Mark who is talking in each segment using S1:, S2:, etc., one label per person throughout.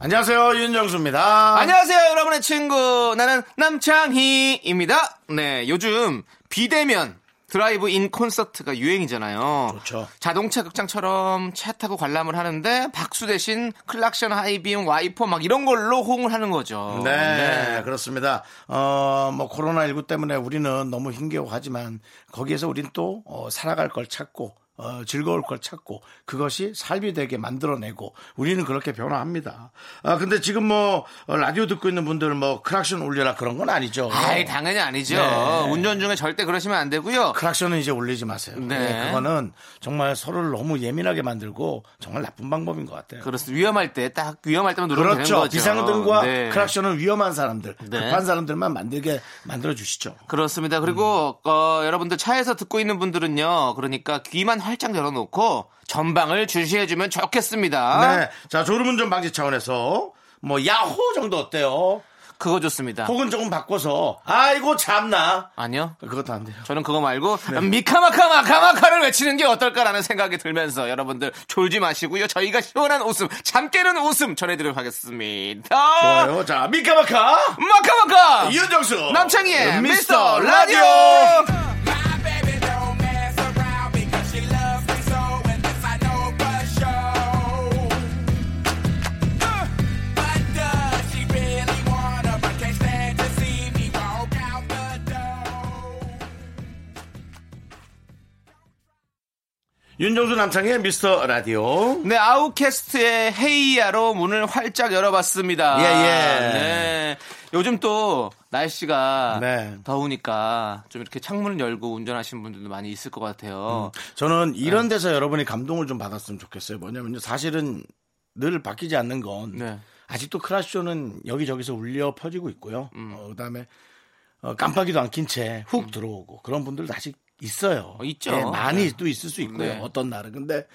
S1: 안녕하세요 윤정수입니다.
S2: 안녕하세요, 여러분의 친구. 나는 남창희입니다. 네, 요즘 비대면 드라이브 인 콘서트가 유행이잖아요.
S1: 좋죠.
S2: 자동차 극장처럼 차 타고 관람을 하는데 박수 대신 클락션, 하이빔, 와이퍼 막 이런 걸로 호응을 하는 거죠.
S1: 네, 그렇습니다. 어, 뭐 코로나19 때문에 우리는 너무 힘겨워하지만 거기에서 우린 또 어, 살아갈 걸 찾고 어, 즐거울 걸 찾고 그것이 삶이 되게 만들어내고 우리는 그렇게 변화합니다. 아 근데 지금 뭐 어, 라디오 듣고 있는 분들 뭐 크락션 올려라 그런 건 아니죠.
S2: 아이, 당연히 아니죠.
S1: 그렇죠. 네.
S2: 운전 중에 절대 그러시면 안 되고요.
S1: 크락션은 이제 올리지 마세요.
S2: 네.
S1: 네, 그거는 정말 서로를 너무 예민하게 만들고 정말 나쁜 방법인 것 같아요.
S2: 그렇습니다. 위험할 때 딱 위험할 때만 누르면 되는
S1: 그렇죠.
S2: 거죠.
S1: 비상등과
S2: 네.
S1: 크락션은 위험한 사람들,
S2: 네.
S1: 급한 사람들만 만들게 만들어 주시죠.
S2: 그렇습니다. 그리고 어, 여러분들 차에서 듣고 있는 분들은요. 그러니까 귀만 활짝 열어놓고 전방을 주시해주면 좋겠습니다.
S1: 네. 자, 졸음운전 방지 차원에서 뭐 야호 정도 어때요?
S2: 그거 좋습니다.
S1: 혹은 조금 바꿔서 아이고 참나.
S2: 아니요.
S1: 그것도 안 돼요.
S2: 저는 그거 말고 음, 미카마카 마카마카를 외치는 게 어떨까라는 생각이 들면서 여러분들 졸지 마시고요. 저희가 시원한 웃음, 잠 깨는 웃음 전해드리도록 하겠습니다.
S1: 좋아요. 자, 미카마카
S2: 마카마카
S1: 이윤정수 네,
S2: 남창희의 미스터 라디오.
S3: My baby don't mess around because she loves me so, and this I know for sure. Uh, But does she really wanna? But can't stand to see me walk out the door.
S1: 윤정수 남창희의 미스터 라디오.
S2: 네, 아웃캐스트의 헤이야로 문을 활짝 열어봤습니다.
S1: 예, 예.
S2: 네. 요즘 또 날씨가
S1: 네.
S2: 더우니까 좀 이렇게 창문을 열고 운전하시는 분들도 많이 있을 것 같아요.
S1: 저는 이런 데서 여러분이 감동을 좀 받았으면 좋겠어요. 뭐냐면요. 사실은 늘 바뀌지 않는 건
S2: 네.
S1: 아직도 크라쇼는 여기저기서 울려 퍼지고 있고요. 어, 그다음에 어, 깜빡이도 안 낀 채 훅 들어오고 그런 분들도 아직 있어요.
S2: 음. 어, 있죠.
S1: 예, 많이 또 있을 수 있고요.
S2: 네.
S1: 어떤 날은 근데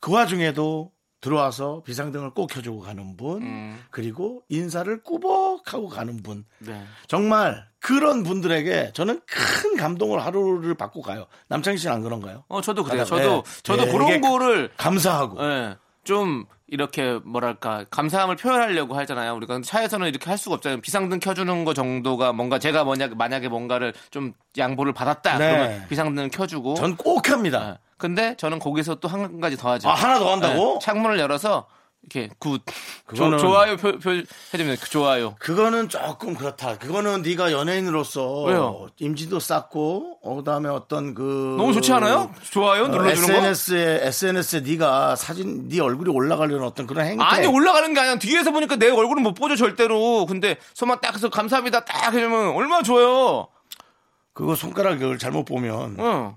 S1: 그 와중에도 들어와서 비상등을 꼭 켜주고 가는 분
S2: 음.
S1: 그리고 인사를 꾸벅하고 가는 분
S2: 네.
S1: 정말 그런 분들에게 저는 큰 감동을 하루를 받고 가요. 남창희 씨는 안 그런가요?
S2: 어, 저도 그래요.
S1: 아,
S2: 저도,
S1: 네.
S2: 저도
S1: 네,
S2: 그런
S1: 이게
S2: 거를,
S1: 감사하고
S2: 예, 좀 이렇게 뭐랄까, 감사함을 표현하려고 하잖아요. 우리가 근데 차에서는 이렇게 할 수가 없잖아요. 비상등 켜주는 거 정도가 뭔가 제가 뭐냐, 만약에 뭔가를 좀 양보를 받았다.
S1: 네.
S2: 그러면 비상등 켜주고.
S1: 전 꼭 합니다.
S2: 네. 근데 저는 거기서 또 한 가지 더 하죠.
S1: 아, 하나 더 한다고?
S2: 네. 창문을 열어서 이렇게 굿.
S1: 그거는-
S2: 조- 좋아요 표, 표 해주면 그 좋아요.
S1: 그거는 조금 그렇다. 그거는 네가 연예인으로서
S2: 왜요?
S1: 임지도 쌓고 어, 그다음에 어떤 그 어,
S2: 너무 좋지 않아요? 좋아요 눌러주는
S1: SNS에 SNS에 네가 사진 네 얼굴이 올라가려는 어떤 그런 행태.
S2: 거? 아니 올라가는 게 아니야. 뒤에서 보니까 내 얼굴은 못 보죠 절대로. 근데 손만 딱 해서 감사합니다 딱 해주면 얼마나 좋아요.
S1: 그거 손가락을 잘못 보면
S2: 응.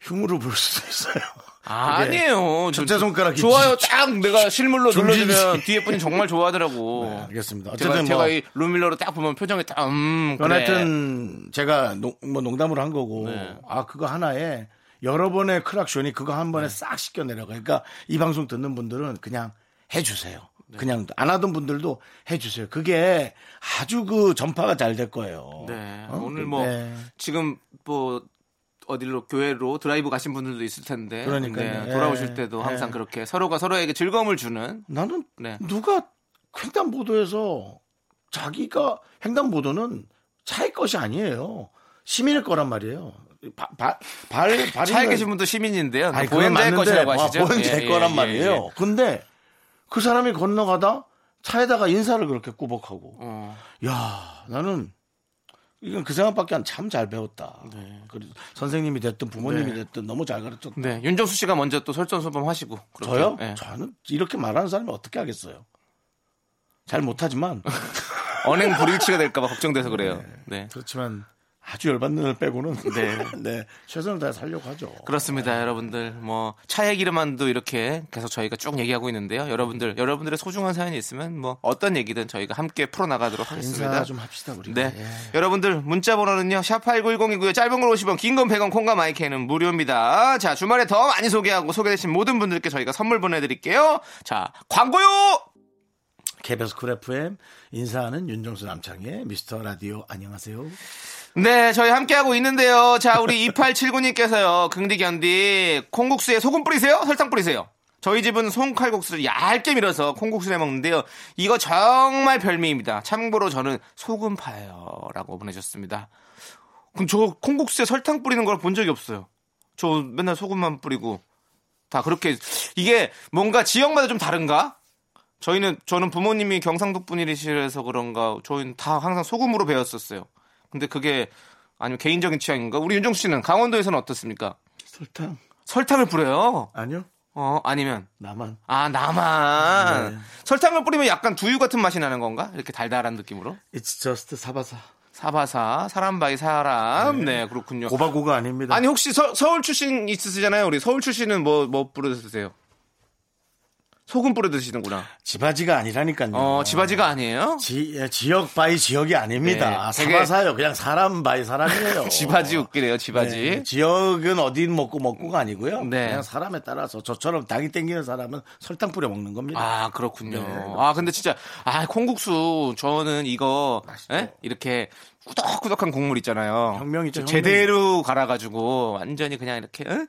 S1: 흉으로 볼 수도 있어요. 그게
S2: 아니에요. 저-
S1: 첫째 손가락이
S2: 좋아요
S1: 진짜-
S2: 딱 내가 실물로
S1: 정신이-
S2: 눌러주면 뒤에 분이 정말 좋아하더라고.
S1: 네, 알겠습니다.
S2: 제가,
S1: 어쨌든
S2: 제가
S1: 뭐
S2: 이 룸밀러로 딱 보면 표정이 딱 음.
S1: 그건
S2: 그래.
S1: 하여튼 제가 농, 뭐 농담으로 한 거고
S2: 네.
S1: 아 그거 하나에 여러 번의 크락션이 그거 한
S2: 네.
S1: 번에 싹 씻겨 내려가. 그러니까 이 방송 듣는 분들은 그냥 해주세요.
S2: 네.
S1: 그냥 안 하던 분들도 해주세요. 그게 아주 그 전파가 잘 될 거예요.
S2: 네.
S1: 어?
S2: 오늘 뭐
S1: 네.
S2: 지금 뭐 어디로 교회로 드라이브 가신 분들도 있을 텐데
S1: 그러니까요.
S2: 네,
S1: 예.
S2: 돌아오실 때도 항상
S1: 예.
S2: 그렇게 서로가 서로에게 즐거움을 주는
S1: 나는
S2: 네.
S1: 누가 횡단보도에서 자기가 횡단보도는 차의 것이 아니에요. 시민의 거란 말이에요. 바, 바, 발, 발이
S2: 차에 계신 분도 시민인데요.
S1: 아니, 그건
S2: 보행자의
S1: 맞는데,
S2: 것이라고
S1: 와,
S2: 하시죠.
S1: 보행자의
S2: 예, 예,
S1: 거란
S2: 예,
S1: 말이에요.
S2: 예.
S1: 근데 그 사람이 건너가다 차에다가 인사를 그렇게 꾸벅하고,
S2: 어,
S1: 야 나는 이건 그 생각밖에 안 참 잘 배웠다. 그리고 선생님이 됐든 부모님이 됐든 너무 잘 가르쳤다.
S2: 네, 윤정수 씨가 먼저 또 설전소범 하시고 그렇게,
S1: 저요?
S2: 예.
S1: 저는 이렇게 말하는 사람이 어떻게 하겠어요? 잘 못하지만
S2: 언행 불일치가 될까봐 걱정돼서 그래요. 네.
S1: 그렇지만 아주 열받는 날 빼고는
S2: 네.
S1: 네, 최선을 다해 살려고 하죠.
S2: 그렇습니다, 여러분들. 뭐 차액 이름만도 이렇게 계속 저희가 쭉 얘기하고 있는데요. 여러분들, 여러분들의 소중한 사연이 있으면 뭐 어떤 얘기든 저희가 함께 풀어나가도록 하겠습니다.
S1: 인사 좀 합시다 우리.
S2: 네.
S1: 예.
S2: 여러분들 문자 번호는요. 샵 8910이고요. 짧은 걸 50원, 긴 건 100원, 콩과 마이크는 무료입니다. 자, 주말에 더 많이 소개하고 소개되신 모든 분들께 저희가 선물 보내 드릴게요. 자, 광고요.
S1: KBS 쿨 FM 인사하는 윤정수 남창의 미스터 라디오 안녕하세요.
S2: 네, 저희 함께하고 있는데요. 자, 우리 2879님께서요. 긍디 견디 콩국수에 소금 뿌리세요? 설탕 뿌리세요? 저희 집은 송칼국수를 얇게 밀어서 콩국수에 먹는데요. 이거 정말 별미입니다. 참고로 저는 소금파예요. 라고 보내셨습니다. 그럼 저 콩국수에 설탕 뿌리는 걸 본 적이 없어요. 저 맨날 소금만 뿌리고 다 그렇게 이게 뭔가 지역마다 좀 다른가? 저희는 저는 부모님이 경상도 분이시라서 그런가 저희는 다 항상 소금으로 배웠었어요. 근데 그게 아니면 개인적인 취향인가? 우리 윤정 씨는 강원도에서는 어떻습니까?
S1: 설탕
S2: 설탕을 뿌려요.
S1: 아니요
S2: 어 아니면
S1: 나만
S2: 아 나만
S1: 네.
S2: 설탕을 뿌리면 약간 두유 같은 맛이 나는 건가? 이렇게 달달한 느낌으로
S1: It's just 사바사
S2: 사바사 사람 바이 사람 네, 그렇군요.
S1: 고바고가 아닙니다.
S2: 아니 혹시 서, 울 출신 있으시잖아요. 우리 서울 출신은 뭐 뭐 뿌려 드세요? 소금 뿌려 드시는구나.
S1: 지바지가 아니라니까요.
S2: 어 지바지가
S1: 네.
S2: 아니에요?
S1: 지, 예, 지역 바이 지역이 아닙니다.
S2: 네, 되게-
S1: 사바사요. 그냥 사람 바이 사람이에요.
S2: 지바지 웃기네요. 지바지.
S1: 네, 지역은 어딘 먹고 먹고가 아니고요.
S2: 네.
S1: 그냥 사람에 따라서 저처럼 당이 땡기는 사람은 설탕 뿌려 먹는 겁니다.
S2: 아 그렇군요.
S1: 네.
S2: 아 근데 진짜 아 콩국수 저는 이거
S1: 맛있죠.
S2: 예? 이렇게 꾸덕꾸덕한 국물 있잖아요.
S1: 혁명이죠, 혁명.
S2: 제대로 갈아가지고 완전히 그냥 이렇게 예?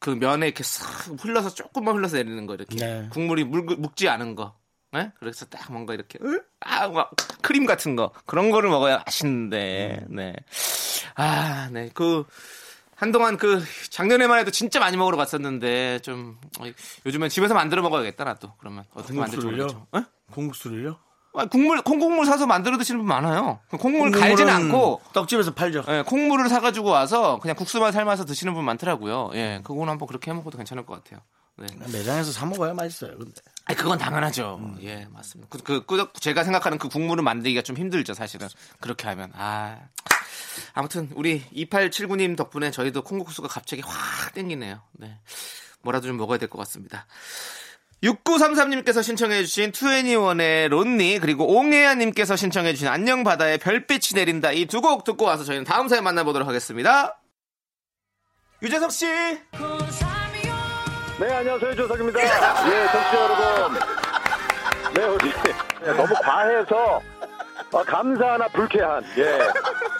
S2: 그 면에 이렇게 싹 흘러서 조금만 흘러서 내리는 거 이렇게
S1: 네.
S2: 국물이 물, 묵지 않은 거. 예? 그래서 딱 뭔가 이렇게 응? 아 뭔가 크림 같은 거 그런 거를 먹어야 맛있는데
S1: 음.
S2: 네. 아, 네. 그 한동안 그 작년에만 해도 진짜 많이 먹으러 갔었는데 좀 어, 요즘엔 집에서 만들어 먹어야겠다 나 또. 그러면 어떻게 만들지
S1: 콩국수를요?
S2: 모르겠죠. 예?
S1: 콩국수를요?
S2: 아, 국물 콩국물 사서 만들어 드시는 분 많아요. 콩국물 갈진
S1: 콩국물은
S2: 않고
S1: 떡집에서 팔죠.
S2: 예, 콩물을 사가지고 와서 그냥 국수만 삶아서 드시는 분 많더라고요. 예, 그건 한번 그렇게 해 먹어도 괜찮을 것 같아요. 네.
S1: 매장에서 사 먹어야 맛있어요. 근데
S2: 아, 그건 당연하죠. 예, 맞습니다. 그, 그, 그, 제가 생각하는 그 국물을 만들기가 좀 힘들죠, 사실은. 그렇게 하면. 아. 아무튼, 우리 2879님 덕분에 저희도 콩국수가 갑자기 확 땡기네요. 네. 뭐라도 좀 먹어야 될 것 같습니다. 6933님께서 신청해주신 2NE1의 론니, 그리고 옹혜아님께서 신청해주신 안녕 바다의 별빛이 내린다. 이 두 곡 듣고 와서 저희는 다음 사연 만나보도록 하겠습니다. 유재석 씨!
S4: 네, 안녕하세요. 조석입니다. 예, 청취자 여러분. 네, 우리. 너무 과해서, 아, 감사하나 불쾌한, 예.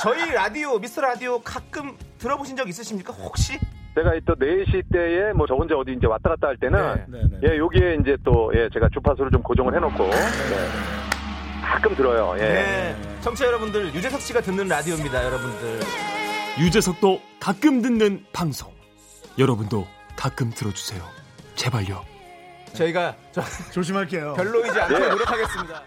S2: 저희 라디오, 미스터 라디오 가끔 들어보신 적 있으십니까? 혹시?
S4: 제가 또 4시 때에, 뭐, 저 혼자 어디 이제 왔다 갔다 할 때는,
S1: 네, 네,
S4: 예, 여기에 이제 또, 예, 제가 주파수를 좀 고정을 해놓고, 예. 가끔 들어요, 예.
S2: 네. 청취자 여러분들, 유재석 씨가 듣는 라디오입니다, 여러분들.
S5: 유재석도 가끔 듣는 방송. 여러분도 가끔 들어주세요. 제발요.
S2: 저희가
S1: 조심할게요.
S2: 별로이지 않게 노력하겠습니다.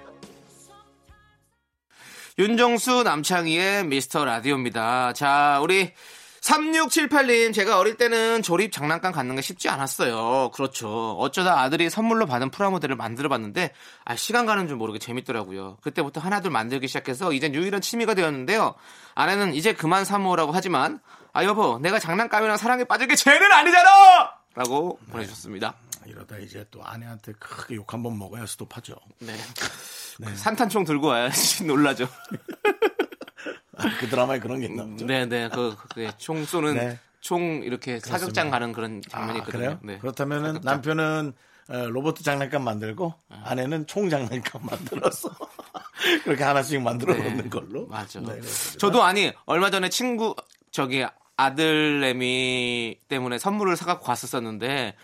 S2: 윤정수 남창희의 미스터 라디오입니다. 자, 우리 3678님, 제가 어릴 때는 조립 장난감 갖는 게 쉽지 않았어요. 그렇죠. 어쩌다 아들이 선물로 받은 프라모델을 만들어 봤는데, 아, 시간 가는 줄 모르게 재밌더라고요. 그때부터 하나둘 만들기 시작해서, 이젠 유일한 취미가 되었는데요. 아내는 이제 그만 사모라고 하지만, 아, 여보, 내가 장난감이랑 사랑에 빠질 게 죄는 아니잖아! 라고 보내주셨습니다.
S1: 아, 이러다 이제 또 아내한테 크게 욕 한번 먹어야 스톱하죠.
S2: 네. 산탄총 들고 와야지 놀라죠.
S1: 아, 그 드라마에 그런 게 있나 보죠.
S2: 네네. 그, 그게 총 쏘는
S1: 네.
S2: 총 이렇게 사격장 가는 그런
S1: 아,
S2: 장면이 있거든요.
S1: 그래요?
S2: 네.
S1: 그렇다면은 남편은 어, 로봇 장난감 만들고 아내는 총 장난감 만들어서 그렇게 하나씩 만들어
S2: 네.
S1: 놓는 걸로.
S2: 맞아.
S1: 네, 그렇습니다.
S2: 저도 아니 얼마 전에 친구 저기 아들내미 때문에 선물을 사갖고 갔었었는데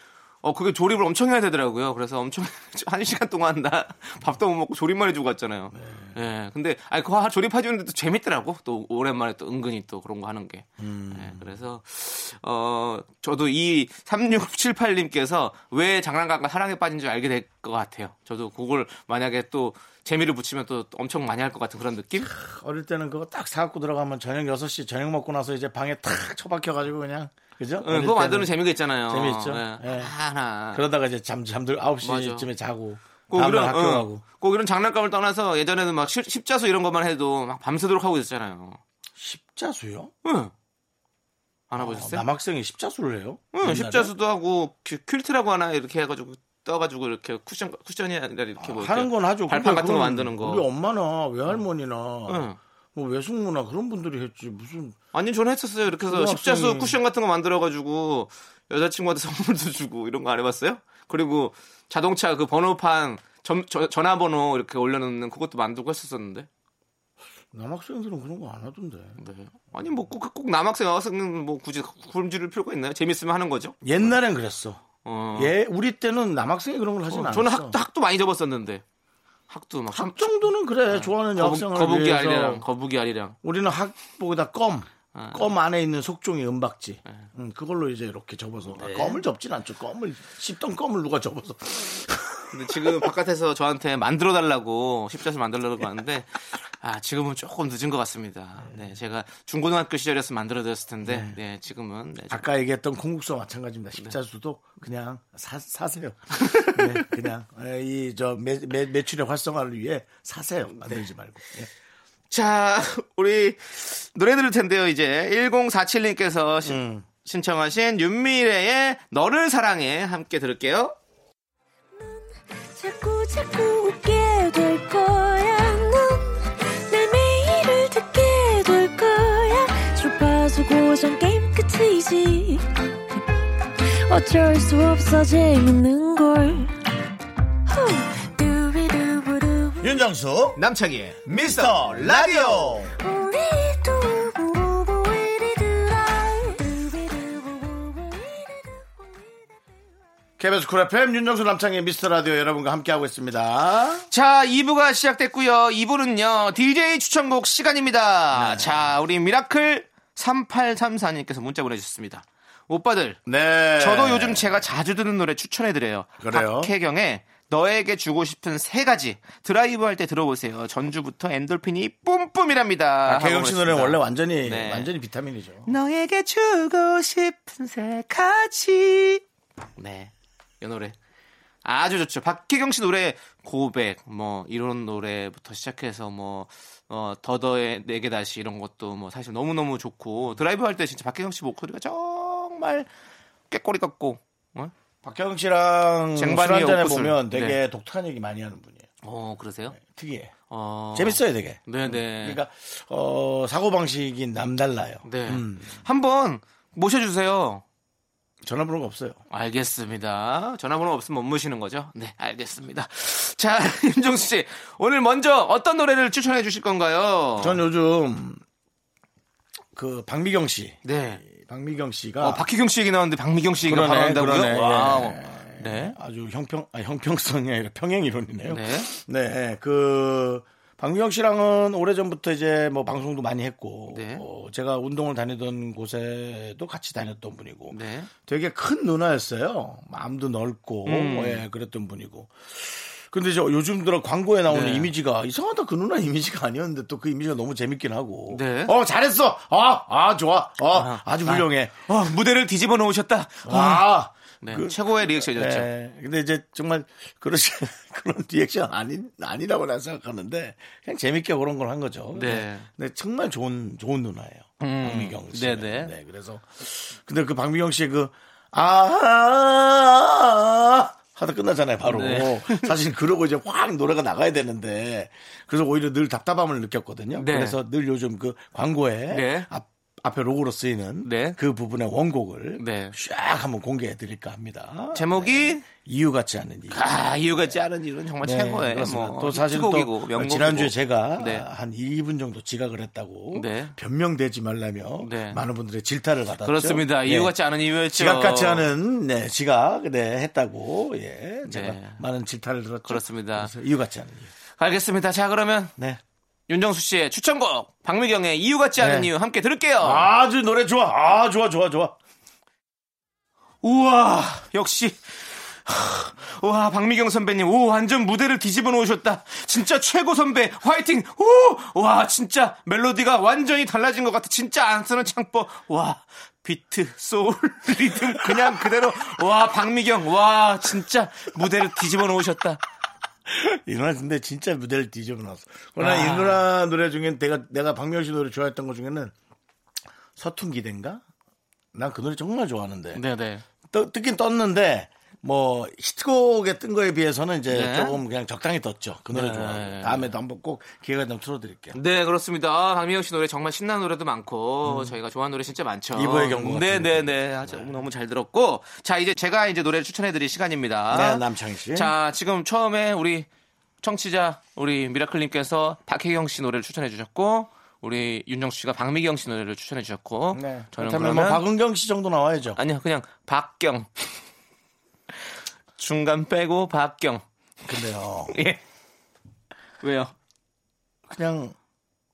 S2: 어 그게 조립을 엄청 해야 되더라고요. 그래서 엄청 한 시간 동안 나 밥도 못 먹고 조립만 해주고 갔잖아요. 예. 근데 아니 그거 조립해주는데 또 재밌더라고. 또 오랜만에 또 은근히 또 그런 거 하는 게. 예, 그래서 어 저도 이 3678님께서 왜 장난감과 사랑에 빠진 줄 알게 될 것 같아요. 저도 그걸 만약에 또 재미를 붙이면 또 엄청 많이 할 것 같은 그런 느낌?
S1: 어릴 때는 그거 딱 사갖고 들어가면 저녁 6시 저녁 먹고 나서 이제 방에 탁 처박혀가지고 그냥 그죠?
S2: 응,
S1: 어릴
S2: 예, 그거
S1: 때는.
S2: 만드는 재미가 있잖아요.
S1: 재미있죠.
S2: 예.
S1: 예.
S2: 하나.
S1: 그러다가 이제 잠 잠들 9시쯤에 자고
S2: 꼭
S1: 다음날
S2: 이런,
S1: 학교
S2: 응.
S1: 가고
S2: 꼭 이런 장난감을 떠나서 예전에는 막 십- 십자수 이런 것만 해도 막 밤새도록 하고 있었잖아요.
S1: 십자수요?
S2: 응. 안
S1: 어,
S2: 해보셨어요?
S1: 남학생이 십자수를 해요?
S2: 아, 응,
S1: 옛날에?
S2: 십자수도 하고 큐- 퀼트라고 하나 이렇게 해가지고 떠가지고 이렇게 쿠션 쿠션이 아니라 이렇게 뭐
S1: 하는
S2: 이렇게
S1: 건 하죠.
S2: 발판
S1: 근데
S2: 같은 거
S1: 그건
S2: 만드는 거.
S1: 우리 엄마나 외할머니나
S2: 응.
S1: 뭐 외숙모나 그런 분들이 했지 무슨
S2: 아니 저는 했었어요. 이렇게 해서
S1: 고등학생이-
S2: 십자수 쿠션 같은 거 만들어가지고 여자친구한테 선물도 주고 이런 거 안 해봤어요? 그리고 자동차 그 번호판 점- 저- 전화번호 이렇게 올려놓는 그것도 만들고 했었었는데.
S1: 남학생들은 그런 거 안 하던데.
S2: 네. 아니 뭐꼭 꼭 남학생 여학생 뭐 굳이 굶주릴 필요가 있나요? 재밌으면 하는 거죠.
S1: 옛날엔 그랬어.
S2: 어.
S1: 예, 우리 때는 남학생이 그런 걸 하진
S2: 어,
S1: 않았어.
S2: 저는 학, 학도 많이 접었었는데 학도 막 삼-
S1: 학 정도는 그래 좋아하는 여학생을
S2: 거북, 이
S1: 위해서
S2: 알이랑 거북이 알이랑
S1: 우리는 학보다 껌.
S2: 아.
S1: 껌 안에 있는 속종이 은박지.
S2: 네.
S1: 음, 그걸로 이제 이렇게 접어서. 아, 껌을 접진 않죠. 껌을, 씹던 껌을 누가 접어서.
S2: 근데 지금 바깥에서 저한테 만들어 달라고 십자수 만들려고 하는데 아 지금은 조금 늦은 것 같습니다. 네 제가 중고등학교 시절이었으면 만들어 드렸을 텐데 네 지금은 네, 좀-
S1: 아까 얘기했던 콩국수와 마찬가지입니다. 십자수도 그냥 사, 사세요. 네, 그냥 이 저 매출의 활성화를 위해 사세요.
S2: 네.
S1: 만들지 말고. 예.
S2: 자 우리 노래 들을 텐데요 이제 1047님께서
S1: 음.
S2: 신청하신 윤미래의 너를 사랑해 함께 들을게요.
S6: 자꾸 자꾸 웃게 될 거야. 넌내 매일을 듣게 될 거야. 주파수 고정 게임 끝이지. 어쩔 수 없어 재밌는 걸. 후. 두비두부두.
S7: 윤정수
S2: 남창희의
S7: 미스터 라디오
S6: 우리 두부부부 우리들아. 두비두부부부 우리들아.
S1: KBS 쿨 FM 윤정수 남창의 미스터 라디오 여러분과 함께하고 있습니다.
S2: 자, 2부가 시작됐고요. 2부는요. DJ 추천곡 시간입니다.
S1: 네.
S2: 자, 우리 미라클 3834님께서 문자 보내주셨습니다. 오빠들,
S1: 네.
S2: 저도 요즘 제가 자주 듣는 노래 추천해드려요.
S1: 그래요?
S2: 박혜경의 너에게 주고 싶은 세 가지 드라이브 할 때 들어보세요. 전주부터 엔돌핀이 뿜뿜이랍니다.
S1: 아, 개경 씨 노래
S2: 하고
S1: 원래
S2: 그랬습니다.
S1: 완전히
S2: 네.
S1: 완전히 비타민이죠.
S2: 너에게 주고 싶은 세 가지. 네. 이 노래. 아주 좋죠. 박혜경 씨 노래 고백 뭐 이런 노래부터 시작해서 뭐 어, 더더의 내게 다시 이런 것도 뭐 사실 너무 너무 좋고 드라이브 할 때 진짜 박혜경 씨 목소리가 정말 꾀꼬리 같고 어?
S1: 박경 씨랑 술
S2: 쟁반이의
S1: 한잔에
S2: 옷구슬.
S1: 보면 되게
S2: 네.
S1: 독특한 얘기 많이 하는 분이에요.
S2: 어 그러세요?
S1: 특이해.
S2: 어.
S1: 재밌어요, 되게.
S2: 네네.
S1: 그러니까 어, 사고 방식이 남달라요.
S2: 네.
S1: 음,
S2: 한번 모셔주세요.
S1: 전화번호가 없어요.
S2: 알겠습니다. 전화번호 없으면 못 모시는 거죠? 네, 알겠습니다. 자, 윤정수 씨, 오늘 먼저 어떤 노래를 추천해 주실 건가요?
S1: 전 요즘 그 박미경 씨,
S2: 네.
S1: 박미경 씨가
S2: 어, 박희경 씨 얘기 나왔는데 박미경 씨 얘기가
S1: 아. 그러네,
S2: 바로 나온다고요?
S1: 그러네,
S2: 와우.
S1: 예.
S2: 네.
S1: 아주 형평 아, 형평성이 아니라 평행 이론이네요.
S2: 네.
S1: 네, 그 박미경 씨랑은 오래 전부터 이제 뭐 방송도 많이 했고,
S2: 네.
S1: 어, 제가 운동을 다니던 곳에도 같이 다녔던 분이고,
S2: 네.
S1: 되게 큰 누나였어요. 마음도 넓고, 뭐, 예, 그랬던 분이고. 근데 이제 요즘 들어 광고에 나오는
S2: 네.
S1: 이미지가 이상하다 그 누나 이미지가 아니었는데 또 그 이미지가 너무 재밌긴 하고.
S2: 네.
S1: 어 잘했어. 아, 아 좋아. 어, 아, 주 훌륭해.
S2: 어, 무대를 뒤집어 놓으셨다.
S1: 아.
S2: 음. 네.
S1: 그-
S2: 최고의 리액션이었죠.
S1: 네. 근데 이제 정말 그러시 그런 리액션 아니 아니라고 난 생각하는데 그냥 재밌게 그런 걸 한 거죠.
S2: 네. 음.
S1: 근데 정말 좋은 좋은 누나예요. 박미경 씨.
S2: 네네.
S1: 그래서 근데 그 박미경 씨의 그 아. 하다 끝나잖아요, 바로.
S2: 네.
S1: 사실 그러고 이제 확 노래가 나가야 되는데 그래서 오히려 늘 답답함을 느꼈거든요.
S2: 네.
S1: 그래서 늘 요즘 그 광고에
S2: 네.
S1: 앞, 앞에 로고로 쓰이는
S2: 네.
S1: 그 부분의 원곡을
S2: 네.
S1: 쫙 한번 공개해 드릴까 합니다.
S2: 제목이
S1: 이유 같지 않은 이유.
S2: 아, 이유 같지 않은 이유는 정말
S1: 네,
S2: 아, 최고의
S1: 그렇습니다.
S2: 뭐
S1: 또 사실
S2: 히트곡이고,
S1: 또
S2: 명곡이고.
S1: 지난주에 제가
S2: 네.
S1: 한 2분 정도 지각을 했다고
S2: 네.
S1: 변명되지 말라며
S2: 네.
S1: 많은 분들의 질타를 받았죠.
S2: 그렇습니다.
S1: 네.
S2: 이유 같지 않은 이유였죠.
S1: 지각 같지 않은 네, 지각 네, 했다고 예, 제가
S2: 네.
S1: 많은 질타를 들었죠.
S2: 그렇습니다.
S1: 그래서 이유 같지 않은 이유.
S2: 알겠습니다. 자, 그러면
S1: 네.
S2: 윤정수 씨의 추천곡 박미경의 이유 같지 않은
S1: 네.
S2: 이유 함께 들을게요.
S1: 아주 노래 좋아. 아 좋아 좋아 좋아.
S2: 우와 역시 하, 와 박미경 선배님 오 완전 무대를 뒤집어 놓으셨다. 진짜 최고 선배 화이팅. 오와 진짜 멜로디가 완전히 달라진 것 같아. 진짜 안 쓰는 창법 와 비트 소울 리듬 그냥 그대로 와 박미경 와 진짜 무대를 뒤집어 놓으셨다.
S1: 이 노래 근데 진짜 무대를 뒤집어놨어. 그러나
S2: 아.
S1: 이 노래 노래 중엔 내가 내가 박명수 씨 노래 좋아했던 것 중에는 서툰기대인가? 난 그 노래 정말 좋아하는데
S2: 네네.
S1: 떠, 긴 떴는데 뭐 히트곡에 뜬 거에 비해서는 이제
S2: 네.
S1: 조금 그냥 적당히 떴죠. 그 노래 좋아하고 다음에도 한번 꼭 기회가 되면 틀어드릴게요.
S2: 네, 그렇습니다. 아, 박미영 씨 노래 정말 신나는 노래도 많고 저희가 좋아하는 노래 진짜 많죠.
S1: 음. 이브의 경고
S2: 네,
S1: 같은
S2: 네, 네. 아주 너무 잘 들었고 자, 이제 제가 이제 노래를 추천해 드릴 시간입니다.
S1: 네, 남창희 씨.
S2: 아. 자, 지금 처음에 우리 청취자 우리 미라클님께서 박혜경 씨 노래를 추천해 주셨고 우리 윤정수 씨가 박미경 씨 노래를 추천해 주셨고
S1: 네.
S2: 저는
S1: 그렇다면
S2: 그러면
S1: 뭐 박은경 씨 정도 나와야죠.
S2: 아니요, 그냥 박경 중간 빼고 박경
S1: 근데요.
S2: 예. 왜요?
S1: 그냥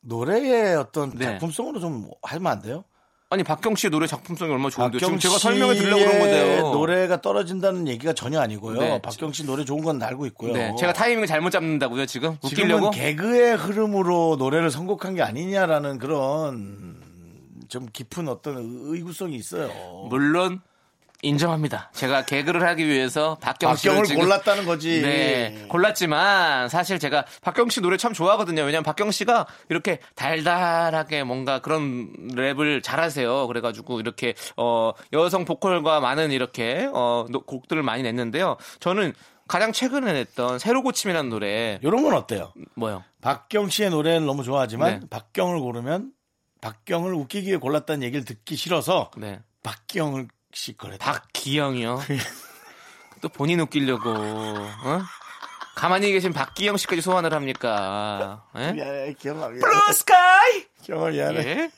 S1: 노래의 어떤
S2: 네.
S1: 작품성으로 좀 하면 안 돼요?
S2: 아니 박경 씨의 노래 작품성이 얼마나 좋은데 뭐, 지금
S1: 박경
S2: 제가 설명해 드리려고 그런
S1: 씨의
S2: 건데요.
S1: 노래가 떨어진다는 얘기가 전혀 아니고요.
S2: 네.
S1: 박경 씨 노래 좋은 건 알고 있고요.
S2: 네, 제가 타이밍을 잘못 잡는다고요 지금 웃기려고.
S1: 뭐. 지금은 개그의 흐름으로 노래를 선곡한 게 아니냐라는 그런 좀 깊은 어떤 의구성이 있어요.
S2: 물론 인정합니다. 제가 개그를 하기 위해서 박경 씨를
S1: 박경을
S2: 지금-
S1: 골랐다는 거지.
S2: 네, 골랐지만 사실 제가 박경 씨 노래 참 좋아하거든요. 왜냐면 박경 씨가 이렇게 달달하게 뭔가 그런 랩을 잘하세요. 그래가지고 이렇게 어, 여성 보컬과 많은 이렇게 어, 노- 곡들을 많이 냈는데요. 저는 가장 최근에 냈던 새로 고침이라는 노래
S1: 이런 건 어때요?
S2: 뭐요?
S1: 박경 씨의 노래를 너무 좋아하지만
S2: 네.
S1: 박경을 고르면 박경을 웃기기 위해 골랐다는 얘기를 듣기 싫어서
S2: 네,
S1: 박경을 씨 거래.
S2: 박기영이요. 또 본인 웃기려고. 어? 가만히 계신 박기영 씨까지 소환을 합니까? 예?
S1: 미안해, 기억나. 미안해.
S2: 블루 스카이.
S1: 기억나, 미안해.
S2: 예?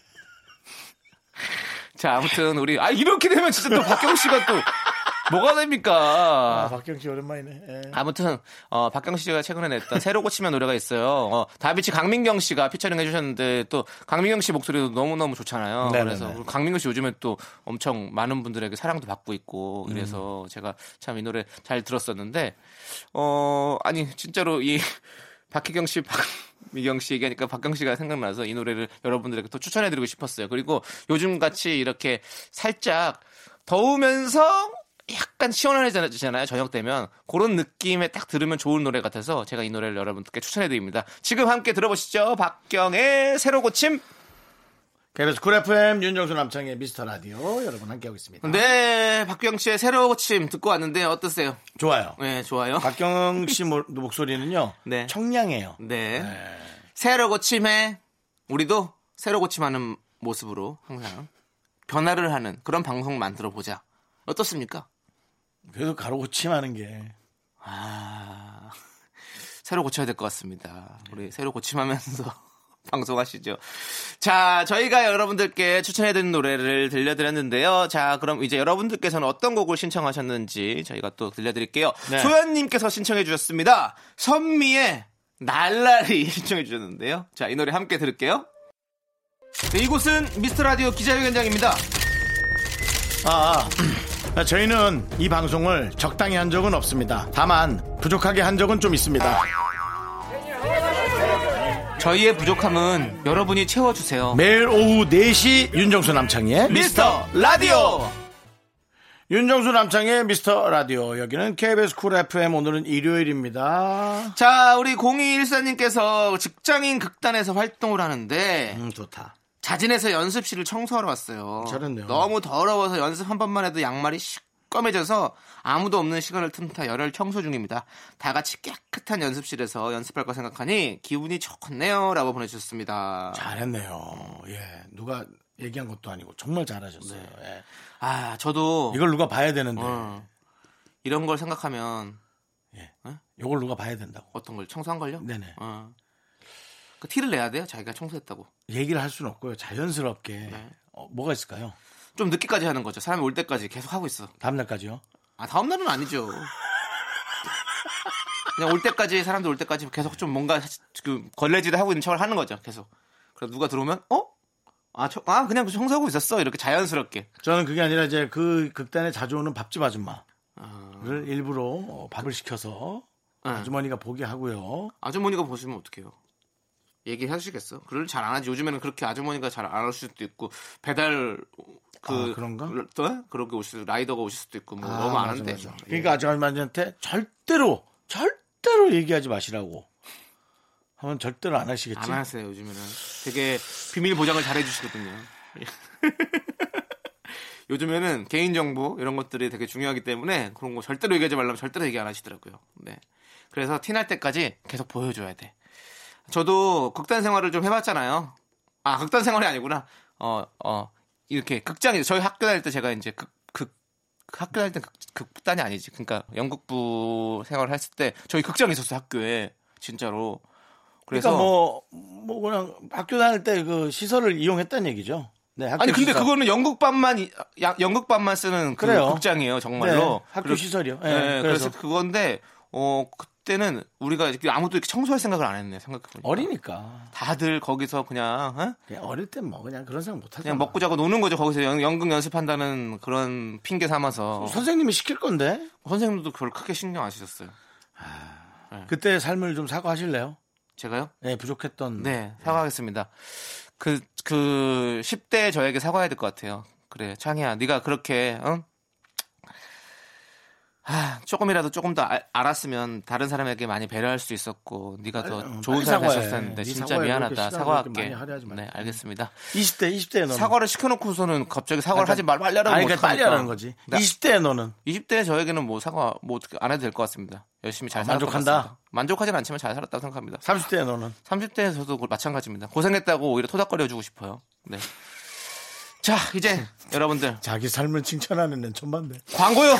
S2: 자, 아무튼 우리 아 이렇게 되면 진짜 또 박경 씨가 또 뭐가
S1: 아,
S2: 됩니까?
S1: 박경 씨 오랜만이네. 예.
S2: 아무튼 어, 박경 씨가 최근에 냈던 새로 고치면 노래가 있어요. 어, 다비치 강민경 씨가 피처링 해주셨는데 또 강민경 씨 목소리도 너무 너무 좋잖아요.
S1: 네네네.
S2: 그래서 그리고 강민경 씨 요즘에 또 엄청 많은 분들에게 사랑도 받고 있고
S1: 음.
S2: 그래서 제가 참 이 노래 잘 들었었는데 어 아니 진짜로 이 박혜경 씨, 박미경 씨 얘기하니까 박경 씨가 생각나서 이 노래를 여러분들에게 또 추천해드리고 싶었어요. 그리고 요즘 같이 이렇게 살짝 더우면서 약간 시원해지잖아요. 저녁 되면 그런 느낌에 딱 들으면 좋은 노래 같아서 제가 이 노래를 여러분들께 추천해드립니다. 지금 함께 들어보시죠. 박경의 새로 고침.
S1: KBS 쿨 FM 윤정수 남창의 미스터 라디오 여러분 함께하고 있습니다.
S2: 네, 박경 씨의 새로 고침 듣고 왔는데 어떠세요?
S1: 좋아요.
S2: 네, 좋아요.
S1: 박경 씨 모- 목소리는요.
S2: 네.
S1: 청량해요.
S2: 네. 새로 고침해 우리도 새로 고침하는 모습으로 항상 변화를 하는 그런 방송 만들어 보자. 어떻습니까?
S1: 그래서 가로고침하는 게
S2: 아, 새로 고쳐야 될 것 같습니다. 우리 새로 고침하면서 방송하시죠. 자, 저희가 여러분들께 추천해드린 노래를 들려드렸는데요. 자, 그럼 이제 여러분들께서는 어떤 곡을 신청하셨는지 저희가 또 들려드릴게요.
S1: 네.
S2: 소연님께서 신청해주셨습니다. 선미의 날라리 신청해주셨는데요. 자, 이 노래 함께 들을게요. 네, 이곳은 미스터 라디오 기자회견장입니다.
S1: 아, 아. 저희는 이 방송을 적당히 한 적은 없습니다. 다만 부족하게 한 적은 좀 있습니다.
S2: 저희의 부족함은 여러분이 채워주세요.
S1: 매일 오후 4시 윤정수 남창의
S2: 미스터 라디오!
S1: 윤정수 남창의 미스터 라디오 여기는 KBS 쿨 FM 오늘은 일요일입니다.
S2: 자, 우리 0214님께서 직장인 극단에서 활동을 하는데
S1: 음 좋다.
S2: 자진해서 연습실을 청소하러 왔어요.
S1: 잘했네요.
S2: 너무 더러워서 연습 한 번만 해도 양말이 시꺼매져서 아무도 없는 시간을 틈타 열혈 청소 중입니다. 다 같이 깨끗한 연습실에서 연습할 거 생각하니 기분이 좋네요. 라고 보내주셨습니다.
S1: 아, 잘했네요. 예 누가 얘기한 것도 아니고 정말 잘하셨어요. 예.
S2: 아, 저도
S1: 이걸 누가 봐야 되는데
S2: 네. 어, 이런 걸 생각하면
S1: 이걸 누가 봐야 된다고.
S2: 어떤 걸 청소한 걸요?
S1: 네네.
S2: 어. 그 티를 내야 돼요. 자기가 청소했다고.
S1: 얘기를 할 수는 없고요. 자연스럽게
S2: 네.
S1: 어, 뭐가 있을까요?
S2: 좀 늦게까지 하는 거죠. 사람이 올 때까지 계속 하고 있어.
S1: 다음 날까지요?
S2: 아 다음 날은 아니죠. 그냥 올 때까지 사람들 올 때까지 계속 좀 뭔가 그 걸레질을 하고 있는 척을 하는 거죠. 계속. 그럼 누가 들어오면 어? 아, 저- 아 그냥 청소하고 있었어. 이렇게 자연스럽게.
S1: 저는 그게 아니라 이제 그 극단에 자주 오는 밥집 아줌마를 일부러 어, 밥을 시켜서
S2: 네.
S1: 아주머니가 보게 하고요.
S2: 아주머니가 보시면 어떡해요? 얘기하시겠어? 그걸 잘 안 하지. 요즘에는 그렇게 아주머니가 잘 안 할 수도 있고 배달 그
S1: 아, 그런가?
S2: 또? 그렇게 오실 수도- 라이더가 오실 수도 있고 뭐
S1: 아,
S2: 너무 안
S1: 맞아,
S2: 한대.
S1: 맞아. 그러니까 아주머니한테 절대로 절대 절대로 얘기하지 마시라고 하면 절대로 안 하시겠지.
S2: 안 하세요 요즘에는 되게 비밀 보장을 잘 해주시거든요. 요즘에는 개인 정보 이런 것들이 되게 중요하기 때문에 그런 거 절대로 얘기하지 말라면 절대로 얘기 안 하시더라고요. 네, 그래서 티날 때까지 계속 보여줘야 돼. 저도 극단 생활을 좀 해봤잖아요. 아 극단 생활이 아니구나. 어 어 이렇게 극장에 저희 학교 다닐 때 제가 이제 극, 극 학교 다닐 때 극, 극단이 아니지. 그러니까 연극부 생활을 했을 때 저희 극장이 있었어요 학교에 진짜로.
S1: 그러니까 뭐, 뭐 그냥 학교 다닐 때 그 시설을 이용했다는 얘기죠. 네, 학교
S2: 아니 근데
S1: 시설.
S2: 그거는 연극반만 이- 야- 연극반만 쓰는 그
S1: 그래요.
S2: 극장이에요 정말로
S1: 네, 학교
S2: 그리고-
S1: 시설이요. 예,
S2: 네, 그래서.
S1: 그래서.
S2: 그건데 어 그때는 우리가 이렇게 아무도 이렇게 청소할 생각을 안 했네요 생각해보니까
S1: 어리니까
S2: 다들 거기서 그냥 어?
S1: 그냥 어릴 땐 뭐 그냥 그런 생각 못 하잖아.
S2: 그냥 먹고 자고 노는 거죠 거기서 연, 연극 연습한다는 그런 핑계 삼아서
S1: 선생님이 시킬 건데
S2: 선생님도 그걸 크게 신경 안 쓰셨어요 네.
S1: 그때 삶을 좀 사과하실래요?
S2: 제가요
S1: 네, 부족했던.
S2: 네 사과하겠습니다 그 그 10대 저에게 사과해야 될 것 같아요 그래 창희야 네가 그렇게 응? 아, 조금이라도 조금 더 알- 알았으면 다른 사람에게 많이 배려할 수 있었고 네가 더
S1: 빨리, 어,
S2: 좋은
S1: 빨리
S2: 사람
S1: 사과해.
S2: 됐었는데
S1: 네
S2: 진짜
S1: 사과에 그렇게
S2: 미안하다
S1: 시간을
S2: 사과할게
S1: 그렇게 많이 하지 마.
S2: 네 알겠습니다
S1: 20대, 20대에 너는.
S2: 사과를 시켜놓고서는 갑자기 사과를 하지 말 빨리 하라고
S1: 아니, 그러니까 빨리 하라는 거지. 20대에 너는.
S2: 20대 저에게는 뭐 사과 뭐 어떻게 안 해도 될 것 같습니다 열심히 잘
S1: 아,
S2: 살았던 것
S1: 만족한다?
S2: 같습니다. 만족하진 않지만 잘 살았다고 생각합니다
S1: 30대에 너는.
S2: 30대에서도 마찬가지입니다 고생했다고 오히려 토닥거려주고 싶어요 네자 이제 여러분들
S1: 자기 삶을 칭찬하는 애 처음 봤네.
S2: 광고요.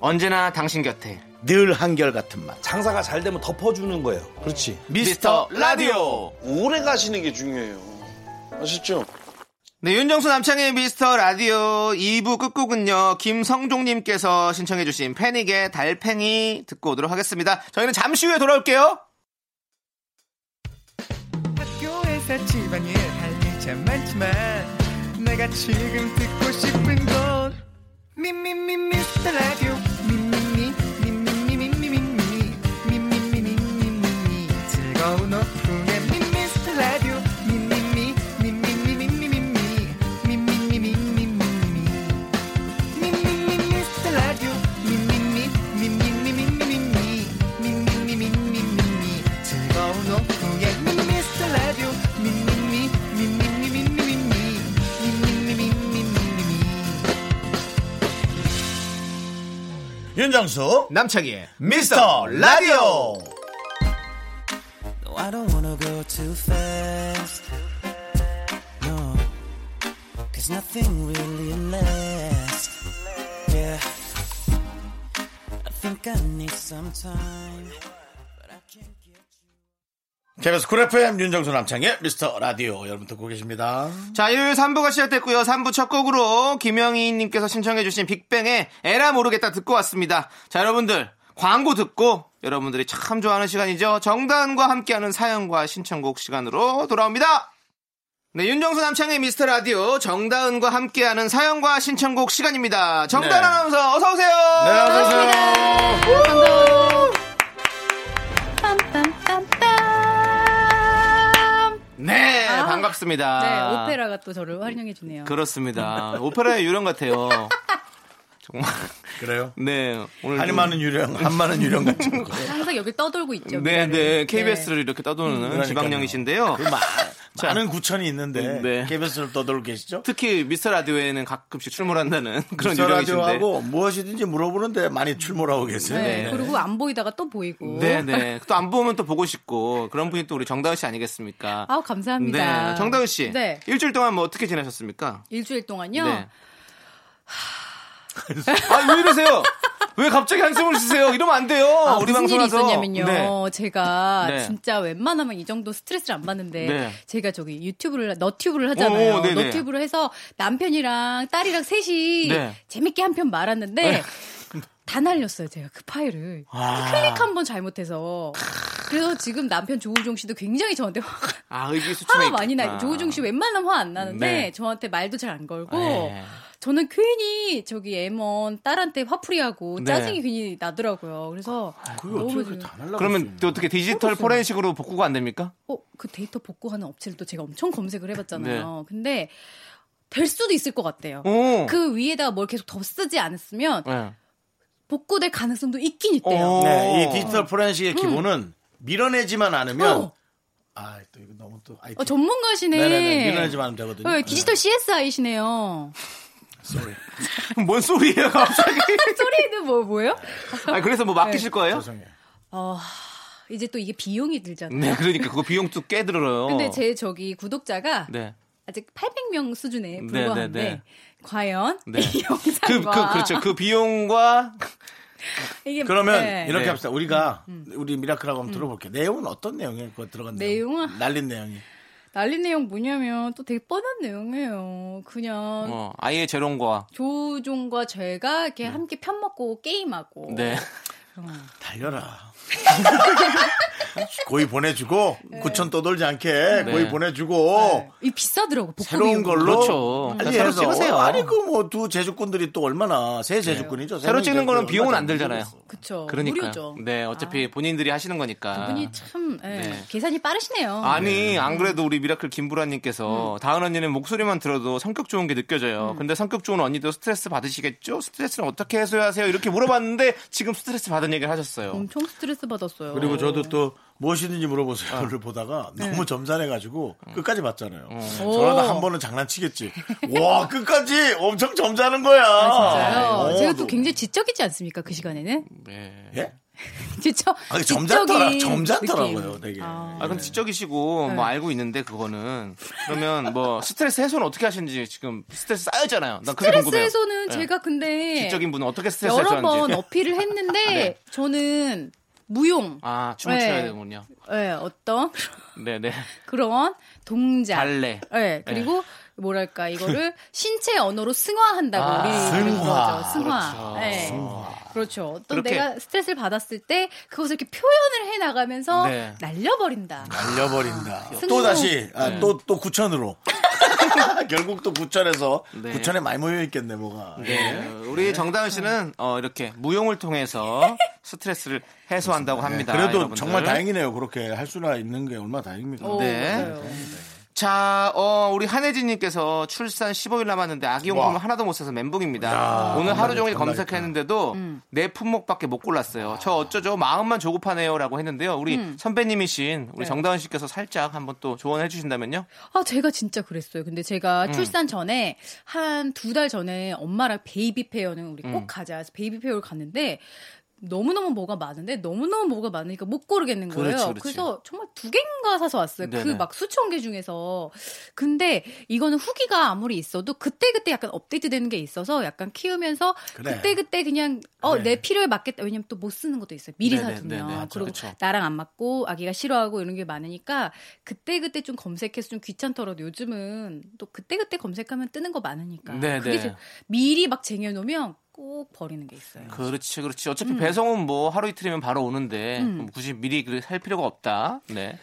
S2: 언제나 당신 곁에
S1: 늘 한결같은 맛.
S7: 장사가 잘 되면 덮어주는 거예요. 그렇지.
S2: 미스터 라디오.
S8: 오래 가시는 게 중요해요. 아셨죠?
S2: 네, 윤정수 남창의 미스터 라디오 2부 끝곡은요, 김성종님께서 신청해주신 패닉의 달팽이 듣고 오도록 하겠습니다. 저희는 잠시 후에 돌아올게요.
S9: 학교에서 집안일 할 일 참 많지만 내가 지금 듣고 싶은 건 미미미 미스터 라디오 미미미 미미미 미미미 미미미 미미미 즐거운 오후에 미스터 라디오 미미미 미미미 미미미 미미미 미미미
S7: 윤정수
S2: 남창희의
S7: 미스터 라디오.
S1: KBS 쿨 FM 윤정수 남창의 미스터 라디오 여러분 듣고 계십니다.
S2: 자, 일요일 3부가 시작됐고요. 3부 첫 곡으로 김영희님께서 신청해주신 빅뱅의 에라 모르겠다 듣고 왔습니다. 자, 여러분들 광고 듣고 여러분들이 참 좋아하는 시간이죠. 정다은과 함께하는 사연과 신청곡 시간으로 돌아옵니다. 네, 윤정수 남창의 미스터 라디오 정다은과 함께하는 사연과 신청곡 시간입니다. 정다은
S1: 네.
S2: 아나운서 어서 오세요.
S1: 네, 어서오세요.
S10: 빰빰빰빰.
S2: 네,
S10: 아.
S2: 반갑습니다.
S10: 네, 오페라가 또 저를 활용해 주네요.
S2: 그렇습니다. 오페라의 유령 같아요. 정말
S1: 그래요?
S2: 네 오늘
S1: 한
S2: 좀-
S1: 많은 유령, 한 많은 유령 같은 거.
S10: 항상 여기 떠돌고 있죠.
S2: 네,
S10: 미라를.
S2: 네. KBS를 이렇게 떠도는
S1: 음,
S2: 지방령이신데요. 어, 그 자.
S1: 많은 구천이 있는데
S2: 네.
S1: KBS를 떠돌고 계시죠?
S2: 그 특히 미스터 라디오에는 가끔씩 출몰한다는 그런
S1: 미스터
S2: 유령이신데.
S1: 라디오하고 무엇이든지 물어보는데 많이 출몰하고 계세요.
S10: 네,
S2: 네.
S10: 그리고 안 보이다가 또 보이고.
S2: 네, 네. 또 안 보면 또 보고 싶고 그런 분이 또 우리 정다은 씨 아니겠습니까?
S10: 아우 감사합니다.
S2: 네, 정다은 씨.
S10: 네.
S2: 일주일 동안 뭐 어떻게 지내셨습니까?
S10: 일주일 동안요.
S2: 네. 아, 왜 이러세요? 왜 갑자기 한숨을 쉬세요? 이러면 안 돼요.
S10: 아,
S2: 우리
S10: 무슨 일이
S2: 방송에서.
S10: 있었냐면요.
S2: 네.
S10: 제가
S2: 네.
S10: 진짜 웬만하면 이 정도 스트레스를 안 받는데
S2: 네.
S10: 제가 저기 유튜브를 너튜브를 하잖아요.
S2: 오, 네네.
S10: 너튜브를 해서 남편이랑 딸이랑 셋이
S2: 네.
S10: 재밌게 한 편 말았는데 다 날렸어요, 제가 그 파일을.
S2: 아.
S10: 클릭 한 번 잘못해서. 그래서 지금 남편 조우종 씨도 굉장히 저한테 화가
S2: 아, 의기 수치가
S10: 화가 많이 나. 조우중 씨 웬만하면 화 안 나는데
S2: 네.
S10: 저한테 말도 잘 안 걸고
S2: 네.
S10: 저는 괜히 저기 M1 딸한테 화풀이하고
S2: 네. 아.
S10: 짜증이 괜히 나더라고요. 어, 그래서
S1: 네.
S10: 너무 지금-
S2: 그러면 또 어떻게 디지털 포렌식으로 복구가 안 됩니까?
S10: 어, 그 데이터 복구하는 업체를 또 제가 엄청 검색을
S2: 네.
S10: 해봤잖아요. 근데 될 수도 있을 것 같아요.
S2: 오.
S10: 그 위에다가 뭘 계속 더 쓰지 않았으면
S2: 네.
S10: 복구될 가능성도 있긴
S2: 어.
S10: 있대요.
S1: 네, 이 디지털 포렌식의
S10: 음.
S1: 기본은 밀어내지만 않으면 아, 또 이거 너무 또 IT.
S10: 어, 전문가시네.
S1: 네네네, 밀어내지만 하면 되거든요.
S10: 네, 디지털 CSI시네요.
S2: 뭔 소리예요, 갑자기?
S10: 소리는 뭐, 뭐예요?
S2: 아, 그래서 뭐 맡기실
S10: 네.
S2: 거예요?
S10: 어, 이제 또 이게 비용이 들잖아요.
S2: 네, 그러니까 그거 비용도 꽤 들어요.
S10: 근데 제 저기 구독자가
S2: 네.
S10: 아직 800명 수준에
S2: 네,
S10: 불과한데
S2: 네, 네.
S10: 과연
S2: 네.
S10: 이
S2: 그, 그,
S10: 영상과
S2: 그렇죠. 그 비용과
S10: 이게
S1: 그러면
S10: 네. 음.
S1: 이렇게
S2: 네.
S1: 합시다. 우리가 우리 미라클하고 한번 들어볼게요. 내용은 어떤 내용이에요? 그거 들어간 내용.
S10: 내용은
S1: 날린 내용이.
S10: 난리 내용 뭐냐면 또 되게 뻔한 내용이에요. 그냥
S2: 어, 아예 재롱과
S10: 조종과 제가 이렇게 함께 편 먹고 게임하고
S2: 네.
S1: 달려라. 고이 보내주고 구천 떠돌지 않게
S2: 네.
S1: 고이 보내주고
S10: 어, 이 비싸더라고 복구
S1: 새로운
S10: 비용이.
S1: 걸로
S2: 그러니까
S1: 빨리
S2: 새로
S1: 해서
S2: 찍으세요. 네.
S1: 아니 그 뭐 두 제주꾼들이 또 얼마나 새 제주꾼이죠. 새로운
S2: 새로 찍는 거는
S1: 제주꾼이
S2: 비용은
S1: 얼마나
S2: 안 들잖아요.
S10: 그쵸.
S2: 그러니까.
S10: 어. 무료죠.
S2: 네, 어차피 본인들이 하시는 거니까.
S10: 분이 참 예,
S2: 네.
S10: 계산이 빠르시네요. 음.
S2: 아니 안 그래도 우리 미라클 김부라님께서 다은 언니는 목소리만 들어도 성격 좋은 게 느껴져요. 근데 성격 좋은 언니도 스트레스 받으시겠죠? 스트레스는 어떻게 해소하세요? 이렇게 물어봤는데 지금 스트레스 받은 얘기를 하셨어요.
S10: 엄청 스트레스 받았어요.
S1: 그리고
S2: 네.
S1: 저도 또 무엇이든지
S2: 아.
S1: 물어보세요를 보다가 너무 점잖해가지고
S2: 음.
S1: 끝까지 봤잖아요. 저러다 한 번은 장난치겠지. 와 끝까지 엄청 점잖은 거야.
S2: 아,
S10: 진짜요.
S1: 어,
S10: 제가 또 굉장히 지적이지 않습니까 그 시간에는
S2: 네.
S1: 예?
S10: 지적.
S1: 아니
S10: 지적인
S1: 점잖더라 점잖더라고요
S10: 느낌.
S1: 되게.
S2: 아,
S10: 네.
S2: 그럼 지적이시고 뭐 알고 있는데 그거는 그러면 뭐 스트레스 해소는 어떻게 하시는지 지금 스트레스 쌓였잖아요. 난 그게 궁금해요.
S10: 스트레스에서는
S2: 네.
S10: 제가 근데
S2: 지적인 분은 어떻게 스트레스
S10: 여러
S2: 해소하는지.
S10: 번 어필을 했는데
S2: 네.
S10: 저는 무용
S2: 아 춤을
S10: 네.
S2: 춰야 되군요.
S10: 예, 어떤
S2: 네, 네.
S10: 그런 동작
S2: 발레.
S10: 예, 그리고 뭐랄까 이거를 신체 언어로 승화한다고
S2: 아,
S10: 우리 그러는
S2: 승화.
S10: 거죠. 승화.
S2: 그렇죠.
S10: 예. 그렇죠. 어떤
S2: 그렇게-
S10: 내가 스트레스를 받았을 때 그것을 이렇게 표현을 해 나가면서
S1: 네.
S10: 날려버린다.
S1: 날려버린다.
S10: 승부.
S1: 또 다시 아,
S10: 네.
S1: 또, 또 9천으로. 결국 또 9천에서
S2: 네.
S1: 9천에 많이 모여있겠네 뭐가.
S2: 네. 우리 정다은 씨는 어, 이렇게 무용을 통해서 스트레스를 해소한다고 합니다.
S1: 네. 그래도
S2: 여러분들.
S1: 정말 다행이네요. 그렇게 할 수나 있는 게 얼마나 다행입니까.
S10: 어,
S2: 네. 자, 어, 우리 한혜진님께서 출산 15일 남았는데 아기 용품 을
S1: 와.
S2: 하나도 못 사서 멘붕입니다.
S1: 야,
S2: 오늘 하루
S1: 정말
S2: 종일
S1: 정말
S2: 검색했는데도
S10: 음.
S2: 내 품목밖에 못 골랐어요. 저 어쩌죠? 마음만 조급하네요라고 했는데요. 우리
S10: 음.
S2: 선배님이신 우리
S10: 네.
S2: 정다은 씨께서 살짝 한번 또 조언해 주신다면요.
S10: 아, 제가 진짜 그랬어요. 근데 제가
S2: 음.
S10: 출산 전에 한 두 달 전에 엄마랑 베이비 페어는 우리 꼭
S2: 음.
S10: 가자. 그래서 베이비 페어를 갔는데 너무너무 뭐가 많은데 너무너무 뭐가 많으니까 못 고르겠는 거예요.
S2: 그렇지, 그렇지.
S10: 래서 정말 두 개인가 사서 왔어요. 그
S2: 네네.
S10: 막 수천 개 중에서. 근데 이거는 후기가 아무리 있어도 그때그때 약간 업데이트 되는 게 있어서 약간 키우면서
S2: 그래.
S10: 그때그때 그냥 어,
S2: 그래.
S10: 내 필요에 맞겠다. 왜냐면 또 못 쓰는 것도 있어요. 미리
S2: 네네,
S10: 사두면.
S2: 네네, 맞아,
S10: 그리고
S2: 그쵸.
S10: 나랑 안 맞고 아기가 싫어하고 이런 게 많으니까 그때그때 좀 검색해서 좀 귀찮더라도 요즘은 또 그때그때 검색하면 뜨는 거 많으니까.
S2: 네네.
S10: 그게 좀 미리 막 쟁여놓으면 꼭 버리는 게 있어요.
S2: 그렇지, 그렇지. 어차피 배송은 뭐 하루 이틀이면 바로 오는데
S10: 음.
S2: 그럼 굳이 미리 그할 필요가 없다. 네.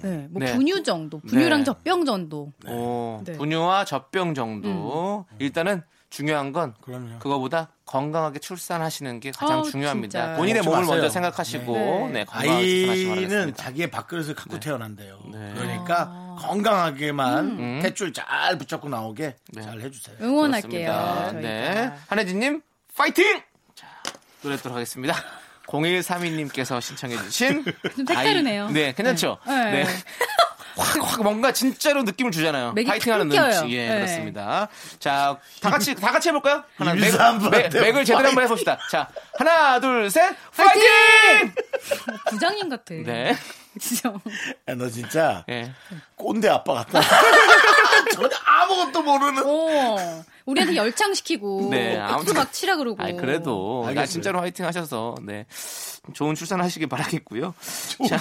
S10: 네, 뭐
S2: 네.
S10: 분유 정도, 분유랑
S2: 네.
S10: 젖병 정도.
S2: 어,
S10: 네.
S2: 분유와 젖병 정도. 일단은 중요한 건 그거보다 건강하게 출산하시는 게 가장
S10: 아우,
S2: 중요합니다.
S1: 진짜.
S2: 본인의
S1: 먹지
S2: 몸을
S1: 마세요.
S2: 먼저 생각하시고
S1: 네.
S2: 네, 건강하게 출산하시기
S1: 아이는
S2: 바라겠습니다. 네. 아.
S1: 자기의 밥그릇을 갖고 태어난대요. 그러니까 건강하게만
S2: 음.
S1: 탯줄 잘 붙잡고 나오게
S2: 네.
S1: 잘 해주세요.
S10: 응원할게요.
S2: 그렇습니다. 네. 한혜진님 파이팅! 자, 노래 들도록 하겠습니다. 0132님께서 신청해주신
S10: 좀 색다르네요.
S2: 아이- 네, 괜찮죠?
S10: 네. 네.
S2: 확, 확 뭔가 진짜로 느낌을 주잖아요.
S10: 맥이
S2: 파이팅하는
S10: 탁
S2: 눈치.
S10: 끊겨요.
S2: 예,
S10: 네.
S2: 그렇습니다. 자, 다 같이 다 같이 해볼까요? 하나, 맥,
S1: 유산부한테
S2: 맥, 맥을 제대로 한번 해봅시다. 자, 하나, 둘, 셋, 파이팅!
S10: 부장님 같아.
S2: 네.
S10: 진짜.
S1: 야, 너 진짜
S2: 예.
S1: 꼰대 아빠 같다. 전혀 아무것도 모르는.
S10: 오, 어, 우리한테 열창시키고
S2: 네,
S10: 박수
S2: 아무튼-
S10: 막 치라 그러고.
S2: 아이, 그래도 나
S1: 알겠어요.
S2: 진짜로 화이팅 하셔서 네 좋은 출산하시길 바라겠고요. 자.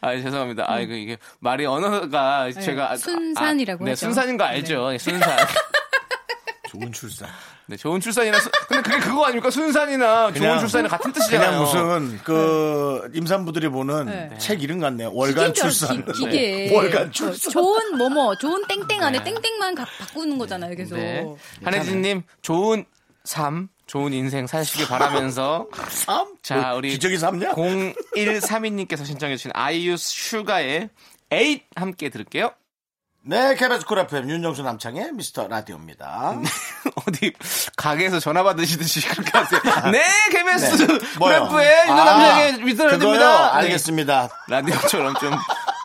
S2: 아 죄송합니다. 아 이거 이게 말이 언어가 제가 아,
S10: 네, 순산이라고
S2: 아, 네
S10: 하죠.
S2: 순산인 거 알죠? 순산.
S1: 좋은 출산.
S2: 네, 좋은 출산이나 수- 근데 그게 그거 아닙니까? 순산이나 좋은 출산이 같은 뜻이잖아요.
S1: 그냥 무슨 그 임산부들이 보는
S10: 네.
S1: 책 이름 같네요. 월간
S10: 기계죠,
S1: 출산. 네.
S10: 기- 기계.
S1: 월간
S10: 저-
S1: 출산.
S10: 좋은 뭐뭐 좋은 땡땡 안에 땡땡만 가- 바꾸는 거잖아요. 계속.
S2: 네. 한혜진님 좋은 삶, 좋은 인생 사시길 바라면서
S1: 삶?
S2: 자 우리 기적이
S1: 삶냐?
S2: 0132님께서 신청해주신 아이유 슈가의 에잇 함께 들을게요.
S1: 네, KBS 쿨 FM 윤정수 남창의 미스터 라디오입니다.
S2: 음. 어디 가게에서 전화 받으시듯이 그렇게 하세요. 네, KBS
S1: 네. 뭐요?
S2: 래프의 윤도
S1: 아,
S2: 남자에게 미스터라디오입니다. 네.
S1: 그거요? 알겠습니다.
S2: 라디오처럼 좀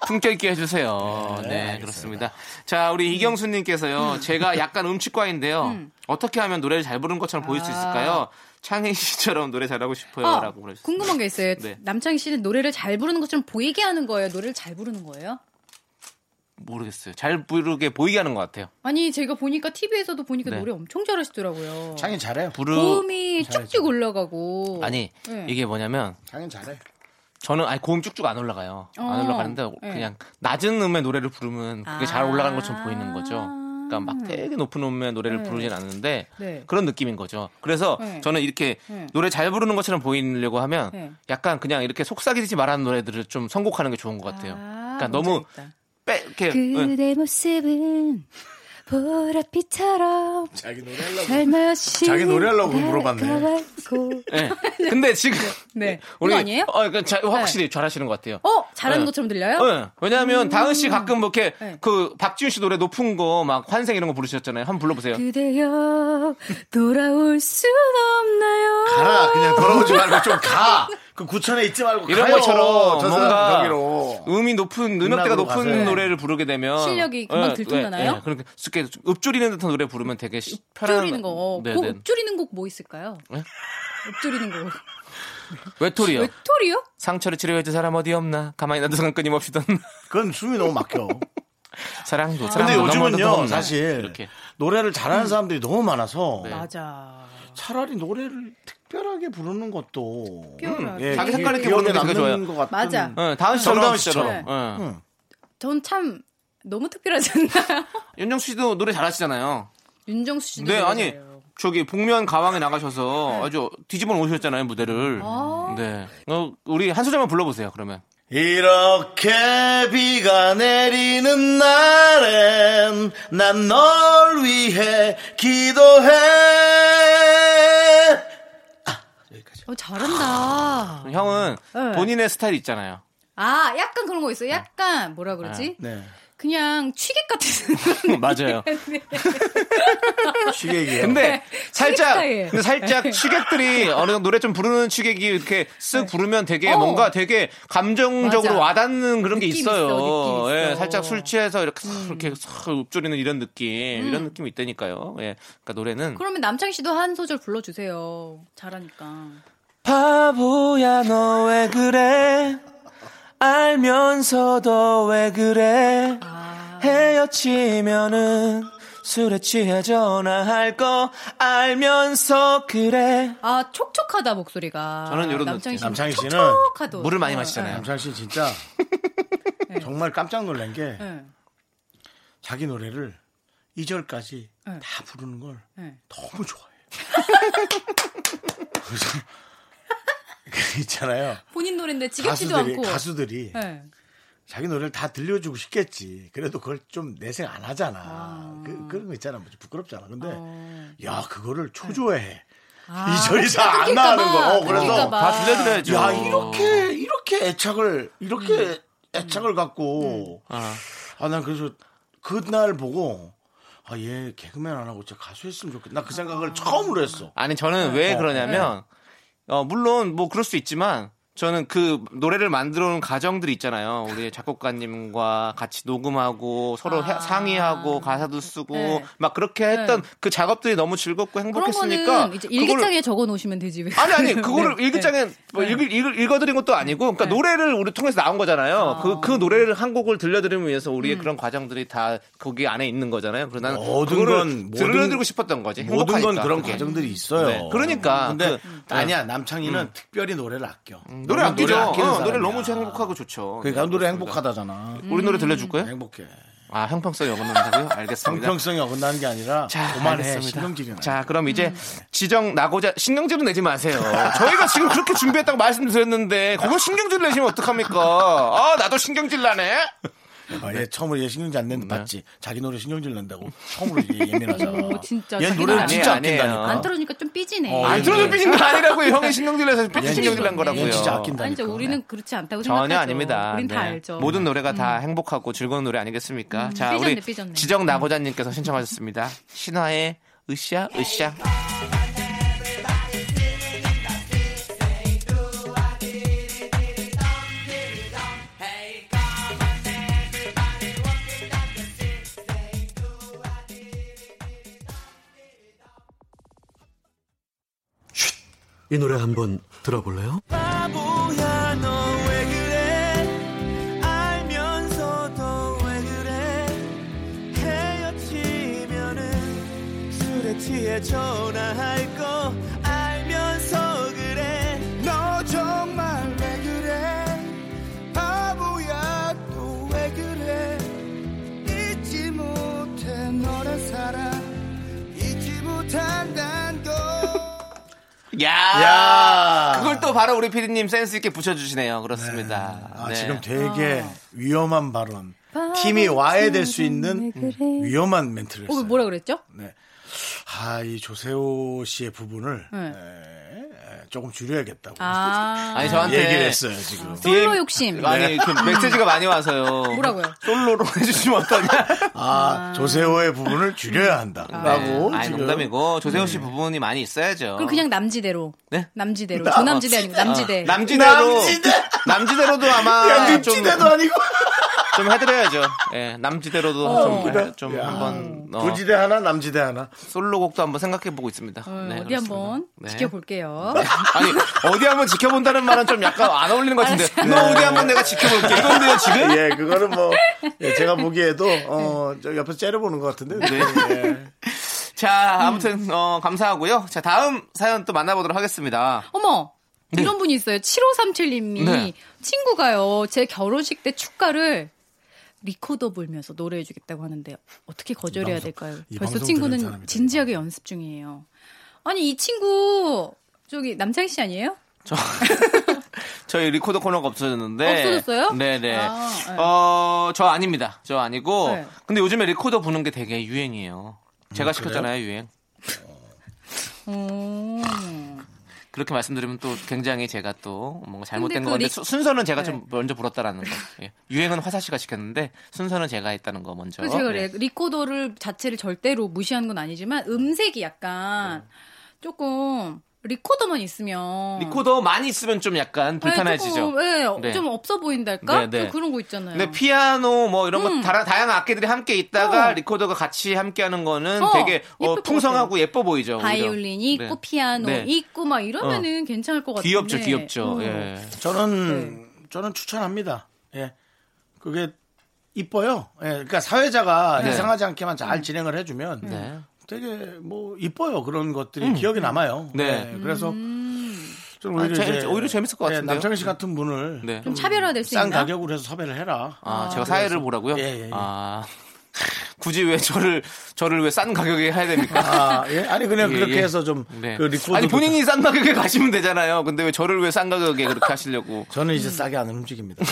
S2: 품격 있게 해주세요. 네, 그렇습니다. 자, 우리 이경수님께서요.
S10: 음.
S2: 제가 약간 음치과인데요. 어떻게 하면 노래를 잘 부르는 것처럼 보일 수
S10: 아.
S2: 있을까요? 창희 씨처럼 노래 잘하고
S10: 어,
S2: 싶어요라고 그러셨어요.
S10: 궁금한 게 있어요.
S2: 네.
S10: 남창희 씨는 노래를 잘 부르는 것처럼 보이게 하는 거예요. 노래를 잘 부르는 거예요?
S2: 모르겠어요. 잘 부르게 보이게 하는 것 같아요.
S10: 아니 제가 보니까 TV에서도 보니까
S2: 네.
S10: 노래 엄청 잘하시더라고요.
S1: 장인 잘해요.
S2: 부르
S10: 고음이 쭉쭉 올라가고.
S2: 아니
S10: 네.
S2: 이게 뭐냐면
S1: 장인 잘해.
S2: 저는 아니 고음 쭉쭉 안 올라가요.
S10: 어,
S2: 안 올라가는데
S10: 네.
S2: 그냥 낮은 음의 노래를 부르면 그게
S10: 아.
S2: 잘 올라가는 것처럼 보이는 거죠. 그러니까 막 되게 높은 음의 노래를
S10: 네.
S2: 부르진 않는데
S10: 네.
S2: 그런 느낌인 거죠. 그래서
S10: 네.
S2: 저는 이렇게
S10: 네.
S2: 노래 잘 부르는 것처럼 보이려고 하면
S10: 네.
S2: 약간 그냥 이렇게 속삭이듯이 말하는 노래들을 좀 선곡하는 게 좋은 것 같아요. 그러니까 너무 예, 빼 이렇게 응.
S10: 음, 그대 모습은 보랏빛처럼
S1: 자기 노래
S10: 살며시
S1: 자기 노래하려고 물어봤네.
S10: 다가가고.
S2: 네. 근데 지금
S10: 네.
S2: 우리
S10: 이거 아니에요?
S2: 어, 그러니까 자- 확실히 잘하시는 것 같아요.
S10: 어 잘하는
S2: 네.
S10: 것처럼 들려요?
S2: 예, 왜냐하면 다은 씨 가끔 뭐 이렇게
S10: 네.
S2: 그 박지훈 씨 노래 높은 거 막 환생 이런 거 부르셨잖아요. 한번
S10: 그
S2: 불러보세요.
S10: 그대여 돌아올 순 없나요?
S1: 가라. 그냥 돌아오지 말고 좀 가. 그 구천에 있지 말고
S2: 뭐 이런
S1: 가요.
S2: 것처럼
S1: 저
S2: 뭔가
S1: 사람 저기로.
S2: 음이 높은 음역대가
S1: 음락으로
S2: 높은
S1: 가세요.
S2: 노래를 부르게 되면
S10: 실력이 금방 들통나나요?
S2: 그러니까 쉽게 좀 읊조리는 듯한 노래 부르면 되게 시- 편한
S10: 읊조리는 거.
S2: 네,
S10: 그
S2: 네.
S10: 읊조리는 곡 뭐 있을까요?
S2: 네?
S10: 읊조리는 곡.
S2: 외톨이요.
S10: 외톨이요?
S2: 상처를 치료해줄 사람 어디 없나? 가만히 놔둬 간 끊임없이 던
S1: 그건 숨이 너무 막혀.
S2: 사랑도
S1: 근데
S2: 사랑도 넘어도
S1: 요즘은요,
S2: 없나?
S1: 사실
S2: 이렇게
S1: 노래를 잘하는 사람들이 너무 많아서
S2: 네.
S10: 맞아.
S1: 차라리 노래를 특별하게 부르는 것도 예,
S10: 특별하게.
S2: 자기
S1: 기-
S2: 색깔 있게
S1: 기억에
S2: 부르는 게 되게
S1: 남는
S2: 좋아요.
S1: 것 같은.
S10: 맞아.
S2: 어, 다은
S1: 정다은 씨처럼.
S2: 씨처럼 진짜로. 어.
S1: 응.
S10: 전 참 너무 특별하지 않나요?
S2: 윤정수 씨도 노래 잘하시잖아요.
S10: 윤정수 씨도.
S2: 네, 아니
S10: 그래요. 네.
S2: 저기 복면 가왕에 나가셔서 아주 뒤집어 놓으셨잖아요 무대를.
S10: 아.
S2: 네, 어, 우리 한 소절만 불러보세요 그러면.
S1: 이렇게 비가 내리는 날엔 난 널 위해 기도해.
S10: 어, 잘한다.
S2: 형은
S10: 네.
S2: 본인의 스타일이 있잖아요.
S10: 아, 약간 그런 거
S2: 네.
S10: 있어요. 약간 뭐라 그러지?
S2: 아,
S1: 네.
S10: 그냥 취객 같은. 그런
S2: 맞아요.
S10: 느낌.
S1: 쉽게 얘기해요.
S2: 네. 근데 살짝
S10: 스타일.
S2: 근데 살짝 취객들이 어느 정도 노래 좀 부르는 취객이 이렇게 쓱 부르면 되게
S10: 어.
S2: 뭔가 되게 감정적으로
S10: 맞아.
S2: 와닿는 그런 게
S10: 느낌
S2: 있어요. 음.
S10: 있어, 느낌 있어.
S2: 예, 살짝 술 취해서 이렇게 싹 이렇게 싹 읊조리는 이런 느낌 이런 느낌이 있다니까요. 예, 음. 그러니까 노래는
S10: 그러면 남창희 씨도 한 소절 불러주세요. 잘하니까.
S2: 바보야 너 왜 그래 알면서도 왜 그래
S10: 아,
S2: 헤어지면은 술에 취해 전화할 거 알면서 그래
S10: 아, 촉촉하다, 목소리가.
S2: 저는 요런 느낌.
S10: 남창희 씨는
S1: 남창희 씨는
S10: 촉촉하다.
S2: 물을 많이
S10: 어,
S2: 마시잖아요.
S1: 남창 씨 진짜
S10: 네.
S1: 정말 깜짝 놀란 게
S10: 예, 예,
S1: 자기 노래를 2절까지
S10: 네.
S1: 다 부르는 걸
S10: 예.
S1: 너무 좋아해요. 그래서 그 있잖아요.
S10: 본인 노래인데 지겹지도
S1: 가수들이
S10: 않고.
S1: 가수들이
S10: 예.
S1: 자기 노래를 다 들려주고 싶겠지. 그래도 그걸 좀 내생 안 하잖아. 그, 그런 거 있잖아. 뭐지 부끄럽잖아. 근데
S2: 어.
S1: 야 그거를 초조해.
S10: 어. 네. 아,
S1: 이 절이 잘 안
S10: 들킬까
S1: 나가는
S10: 봐,
S1: 거. 어, 그래서
S10: 들킬까 봐.
S2: 다 들려드려야죠.
S1: 야 이렇게 이렇게 애착을 이렇게
S10: 음.
S1: 애착을 갖고
S2: 아.
S1: 아 난 그래서 그날 보고 아 얘 개그맨 안 하고 진짜 가수 했으면 좋겠다. 나 그
S10: 아.
S1: 생각을 처음으로 했어.
S2: 아니 저는 왜 그러냐면
S10: 네.
S2: 어, 물론 뭐 그럴 수 있지만 저는 그 노래를 만들어 놓은 과정들이 있잖아요. 우리 작곡가님과 같이 녹음하고 서로
S10: 네. 아.
S2: 해- 상의하고 가사도 쓰고
S10: 네.
S2: 막 그렇게 했던 그 작업들이 너무 즐겁고
S10: 그런
S2: 행복했으니까
S10: 거는 이제
S2: 그걸-
S10: 일기장에 적어 놓으시면 되지. 왜
S2: 아니 아니
S10: 그래요?
S2: 그거를
S10: 네.
S2: 일기장에 뭐
S10: 네.
S2: 읽, 읽, 읽어드린 것도 아니고 그러니까
S10: 네.
S2: 노래를 우리 통해서 나온 거잖아요.
S10: 아. 음.
S2: 그 그 노래를 한 곡을 들려드리기 위해서 우리의 그런 과정들이 다 거기 안에 있는 거잖아요. 그래서 나는
S1: 모든
S2: 그거를
S1: 건- 모든-
S2: 들려드리고 싶었던 거지.
S1: 모든 건
S2: 행복하니까,
S1: 그런
S2: 그게.
S1: 과정들이 있어요.
S2: 네. 그러니까.
S1: 근데
S2: 그- 음,
S1: 아니야 남창희는 특별히 노래를 아껴.
S2: 노래 아끼죠.
S1: 아끼는
S2: 어, 노래
S1: 사람이야.
S2: 너무 행복하고 좋죠.
S1: 그러니까 노래
S2: 네, 그렇습니다.
S1: 행복하다잖아.
S10: 음.
S2: 우리 노래 들려줄 거예요?
S1: 행복해.
S2: 아, 형평성이 어긋난다고요? 알겠습니다.
S1: 형평성이 어긋나는 게 아니라 그만해
S2: 알겠습니다.
S1: 네, 신경질이 나.
S2: 자, 그럼 이제 지정 나고자 신경질은 내지 마세요. 저희가 지금 그렇게 준비했다고 말씀드렸는데 거기 신경질 내시면 어떡합니까? 아, 나도 신경질 나네. 네.
S1: 아, 얘 처음으로 얘 신경질 안 낸다 봤지. 자기 노래 신경질 낸다고 처음으로 얘 예민하잖아.
S10: 오, 진짜.
S1: 얘
S10: 자기
S1: 노래를
S10: 안
S1: 진짜
S2: 해요, 안 해요.
S1: 아낀다니까.
S10: 안 들어주니까 좀 삐지네.
S1: 어,
S2: 안 들어도 삐진 거 아니라고요. 형이 신경질내서 삐진
S1: 얘는
S2: 신경질 난 거라고요.
S1: 얘는 진짜 아낀다니까.
S10: 아니죠. 우리는 그렇지 않다고 생각하죠.
S2: 전혀 아닙니다. 음.
S10: 우린 다
S2: 네.
S10: 알죠.
S2: 모든 노래가 다 행복하고 즐거운 노래 아니겠습니까? 자,
S10: 삐졌네,
S2: 우리
S10: 삐졌네.
S2: 지정 나고자님께서 신청하셨습니다. 신화의 으쌰 으쌰.
S11: 이 노래 한번 들어볼래요?
S3: 바보야 너 왜 그래 알면서도 왜 그래 헤어지면은 술에 취해 전화할 거 알면서 그래 너 정말 왜 그래 바보야 또 왜 그래 잊지 못해 너란 사람 잊지 못한단 걸
S2: 야,
S1: 야.
S2: 그걸 또 바로 우리 피디님 센스 있게 붙여주시네요. 그렇습니다.
S1: 아,
S2: 네.
S1: 지금 되게 위험한 발언. 팀이 와야 될 수 있는 음, 위험한 멘트를
S10: 어,
S1: 했어요.
S10: 뭐라 그랬죠?
S1: 네. 아, 이 조세호 씨의 부분을
S10: 네.
S1: 에, 조금 줄여야겠다고.
S10: 아.
S2: 아니 저한테
S1: 얘기를 했어요, 지금.
S10: 솔로 욕심.
S2: 아니 어. 그 메시지가 많이 와서요.
S10: 뭐라고요?
S2: 솔로로 해주시면 어떠냐?
S1: 아, 조세호의 부분을 줄여야 한다. 라고.
S2: 네. 아니
S1: 지금.
S2: 농담이고 조세호 씨 부분이 많이 있어야죠.
S10: 그럼 그냥 남지대로.
S2: 네?
S10: 남지대로. 조남지대 아니고 남지대.
S2: 어, 남지대로 남지대로도 아마
S1: 야,
S2: 좀,
S1: 늪지대도 아니고.
S2: 좀 해드려야죠. 예, 남지대로도
S1: 어,
S2: 좀,
S1: 웃기다.
S2: 해- 좀 한번 어,
S1: 부지대 하나, 남지대 하나.
S2: 솔로곡도 한번 생각해보고 있습니다.
S10: 어,
S2: 네,
S10: 어디 한번
S2: 그렇습니다. 네.
S10: 지켜볼게요.
S2: 아니 어디 한번 지켜본다는 말은 좀 약간 안 어울리는 것
S10: 아,
S2: 같은데 너 어디 한번 내가 지켜볼게 이건데요 지금?
S1: 예, 그거는 뭐, 예, 제가 보기에도, 어, 저 옆에서 째려보는 것 같은데.
S2: 네.
S1: 예.
S2: 자 아무튼 어, 감사하고요. 자 다음 사연 또 만나보도록 하겠습니다.
S10: 어머. 이런 분이 있어요. 7537님이
S2: 네.
S10: 친구가요. 제 결혼식 때 축가를 리코더 불면서 노래해 주겠다고 하는데요. 어떻게 거절해야
S1: 이 방송-
S10: 될까요?
S1: 이
S10: 벌써
S1: 방송
S10: 친구는
S1: 듣는 사람이다,
S10: 진지하게 연습 중이에요. 아니 이 친구 저기 남창희 씨 아니에요?
S2: 저희 리코더 코너가 없어졌는데
S10: 없어졌어요?
S2: 네네.
S10: 아, 네.
S2: 어, 저 아닙니다. 저 아니고.
S10: 네.
S2: 근데 요즘에 리코더 부는 게 되게 유행이에요. 제가 시켰잖아요 유행.
S10: 음.
S2: 그렇게 말씀드리면 또 굉장히 제가 또 뭔가 잘못된
S10: 근데
S2: 거
S10: 그
S2: 같은데
S10: 리-
S2: 수- 순서는 제가 좀
S10: 네.
S2: 먼저 불었다라는 거. 예. 유행은 화사 씨가 시켰는데 순서는 제가 했다는 거 먼저.
S10: 그래서 제가
S2: 네.
S10: 그래요. 리코더를 자체를 절대로 무시하는 건 아니지만 음색이 약간 조금 리코더만 있으면
S2: 네. 리코더 많이 쓰면 좀 약간 불편해지죠.
S10: 네, 조금, 예,
S2: 네.
S10: 좀 없어 보인달까?
S2: 네, 네.
S10: 좀 그런 거 있잖아요.
S2: 근데 피아노 뭐 이런 거
S10: 음.
S2: 다라, 다양한 악기들이 함께 있다가
S10: 어.
S2: 리코더가 같이 함께 하는 거는
S10: 어,
S2: 되게 어,
S10: 예쁠 것
S2: 풍성하고 예뻐 보이죠. 오히려.
S10: 바이올린이
S2: 네.
S10: 있고 피아노
S2: 네. 어.
S10: 있고 막 이러면은 괜찮을 것 같은데.
S2: 귀엽죠, 귀엽죠.
S10: 어.
S2: 예.
S1: 저는
S2: 네.
S1: 저는 추천합니다. 예. 그게 이뻐요. 예. 그러니까 사회자가
S2: 네.
S1: 이상하지 않게만 잘 진행을 해주면
S2: 네. 음.
S1: 되게 뭐 이뻐요. 그런 것들이 기억에 남아요.
S2: 네.
S1: 예, 그래서 좀
S2: 아,
S1: 오히려,
S2: 재-
S1: 이제
S2: 오히려 재밌을 것
S1: 예,
S2: 같은데요. 음.
S1: 남창희 씨 같은 분을
S2: 네.
S10: 좀 차별화될 수
S1: 싼
S10: 있나?
S1: 가격으로 해서 섭외를 해라.
S2: 아, 제가
S1: 그래서-
S2: 사회를 보라고요?
S1: 예, 예, 예.
S2: 아. 굳이 왜 저를 저를 왜 싼 가격에 해야 됩니까?
S1: 아, 예? 아니 그냥
S2: 예,
S1: 그렇게
S2: 예.
S1: 해서 좀
S2: 네.
S1: 그 리코더
S2: 아니 본인이 싼 가격에 가시면 되잖아요. 근데 왜 저를 왜 싼 가격에 그렇게 하시려고?
S1: 저는 이제 싸게 안 움직입니다.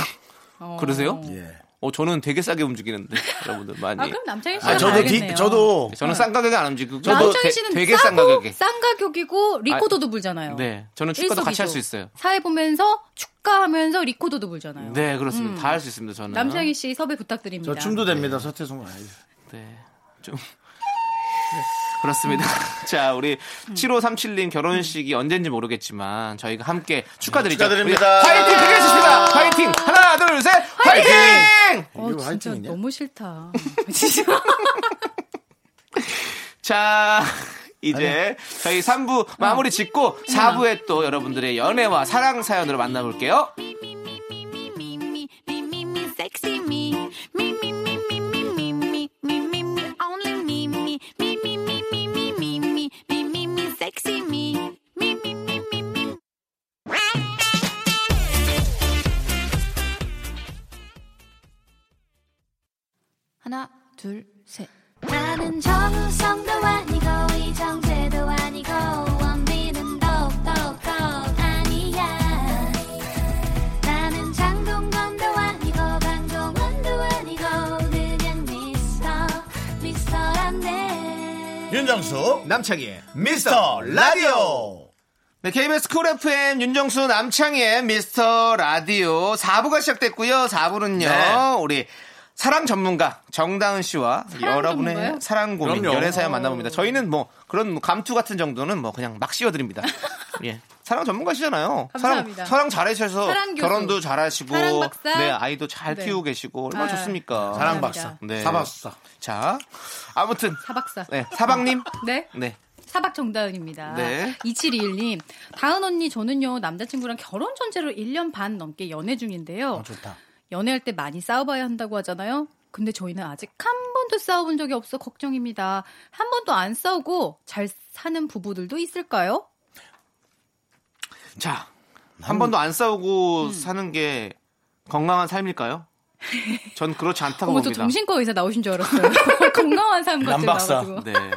S2: 그러세요? 예.
S1: 예.
S2: 어 저는 되게 싸게 움직이는데 여러분들 많이.
S10: 아, 그럼 남창희 씨가
S1: 아, 저도 디,
S10: 알겠네요.
S1: 저도
S2: 저는 싼 가격에 안 움직이고
S10: 남창희
S2: 되-
S10: 씨는
S2: 되게 싼
S10: 싸고,
S2: 가격에.
S10: 싼 가격이고 리코더도 불잖아요.
S2: 네, 저는 축가도 같이 할 수 있어요.
S10: 사회 보면서 축가하면서 리코더도 불잖아요. 음.
S2: 네, 그렇습니다. 다 할 수 있습니다. 저는.
S10: 남창희 씨 섭외 부탁드립니다.
S1: 저 춤도 됩니다. 서태송 아이.
S2: 네. 좀. 네, 그렇습니다. 자, 우리
S10: 음.
S2: 7537님 결혼식이 언젠지 모르겠지만 저희가 함께 축하드리죠.
S1: 축하드립니다.
S2: 우리 화이팅 크게 해주십니다. 화이팅! 하나, 둘, 셋! 화이팅!
S1: 이거
S10: 어, 진짜
S1: 화이팅이냐?
S10: 너무 싫다.
S2: 자, 이제 저희 3부 마무리
S10: 음.
S2: 짓고 4부에 또 여러분들의 연애와 사랑 사연으로 만나볼게요.
S6: Sexy me, me, me, me, me, me, me, me, me, me, me, only me, me, me, me, me, me, me, me, me, me, me, me, sexy me. 하나, 나는 정우성도 아니고 이정재도 아니고 원빈은 더욱더 아니야 나는 장동건도 아니고 강동원도 아니고 그냥 미스터 미스터란데
S12: 윤정수 남창희의 미스터 라디오
S2: 네, KBS 쿨 FM 윤정수 남창희의 미스터 라디오 4부가 시작됐고요. 4부는요.
S12: 네.
S2: 우리 사랑 전문가 정다은 씨와
S12: 사랑
S2: 여러분의
S12: 전문가요?
S2: 사랑 고민
S12: 그럼요.
S2: 연애 사연 만나봅니다. 저희는 뭐 그런 뭐 감투 같은 정도는 뭐 그냥 막 씌워드립니다. 예. 사랑 전문가시잖아요.
S12: 감사합니다.
S2: 사랑, 사랑 잘하셔서
S12: 사랑 교수.
S2: 결혼도 잘하시고
S12: 사랑 박사.
S2: 네, 아이도 잘
S12: 네.
S2: 키우고 계시고 얼마나
S12: 아,
S2: 좋습니까?
S12: 사랑 박사.
S2: 네.
S1: 사박사.
S2: 자, 아무튼
S10: 사박사.
S2: 네, 사방님.
S10: 네.
S2: 네.
S10: 사박 정다은입니다.
S2: 네.
S10: 2721님. 다은 언니, 저는요, 남자친구랑 결혼 전제로 1년 반 넘게 연애 중인데요.
S1: 아, 좋다.
S10: 연애할 때 많이 싸워봐야 한다고 하잖아요. 근데 저희는 아직 한 번도 싸워본 적이 없어 걱정입니다. 한 번도 안 싸우고 잘 사는 부부들도 있을까요?
S2: 자,
S10: 음.
S2: 한 번도 안 싸우고 사는 게 건강한 삶일까요? 전 그렇지 않다고
S10: 어머, 저
S2: 봅니다.
S10: 정신과 의사 나오신 줄 알았어요. 건강한 삶 같은 나가지고. 네.
S2: 네.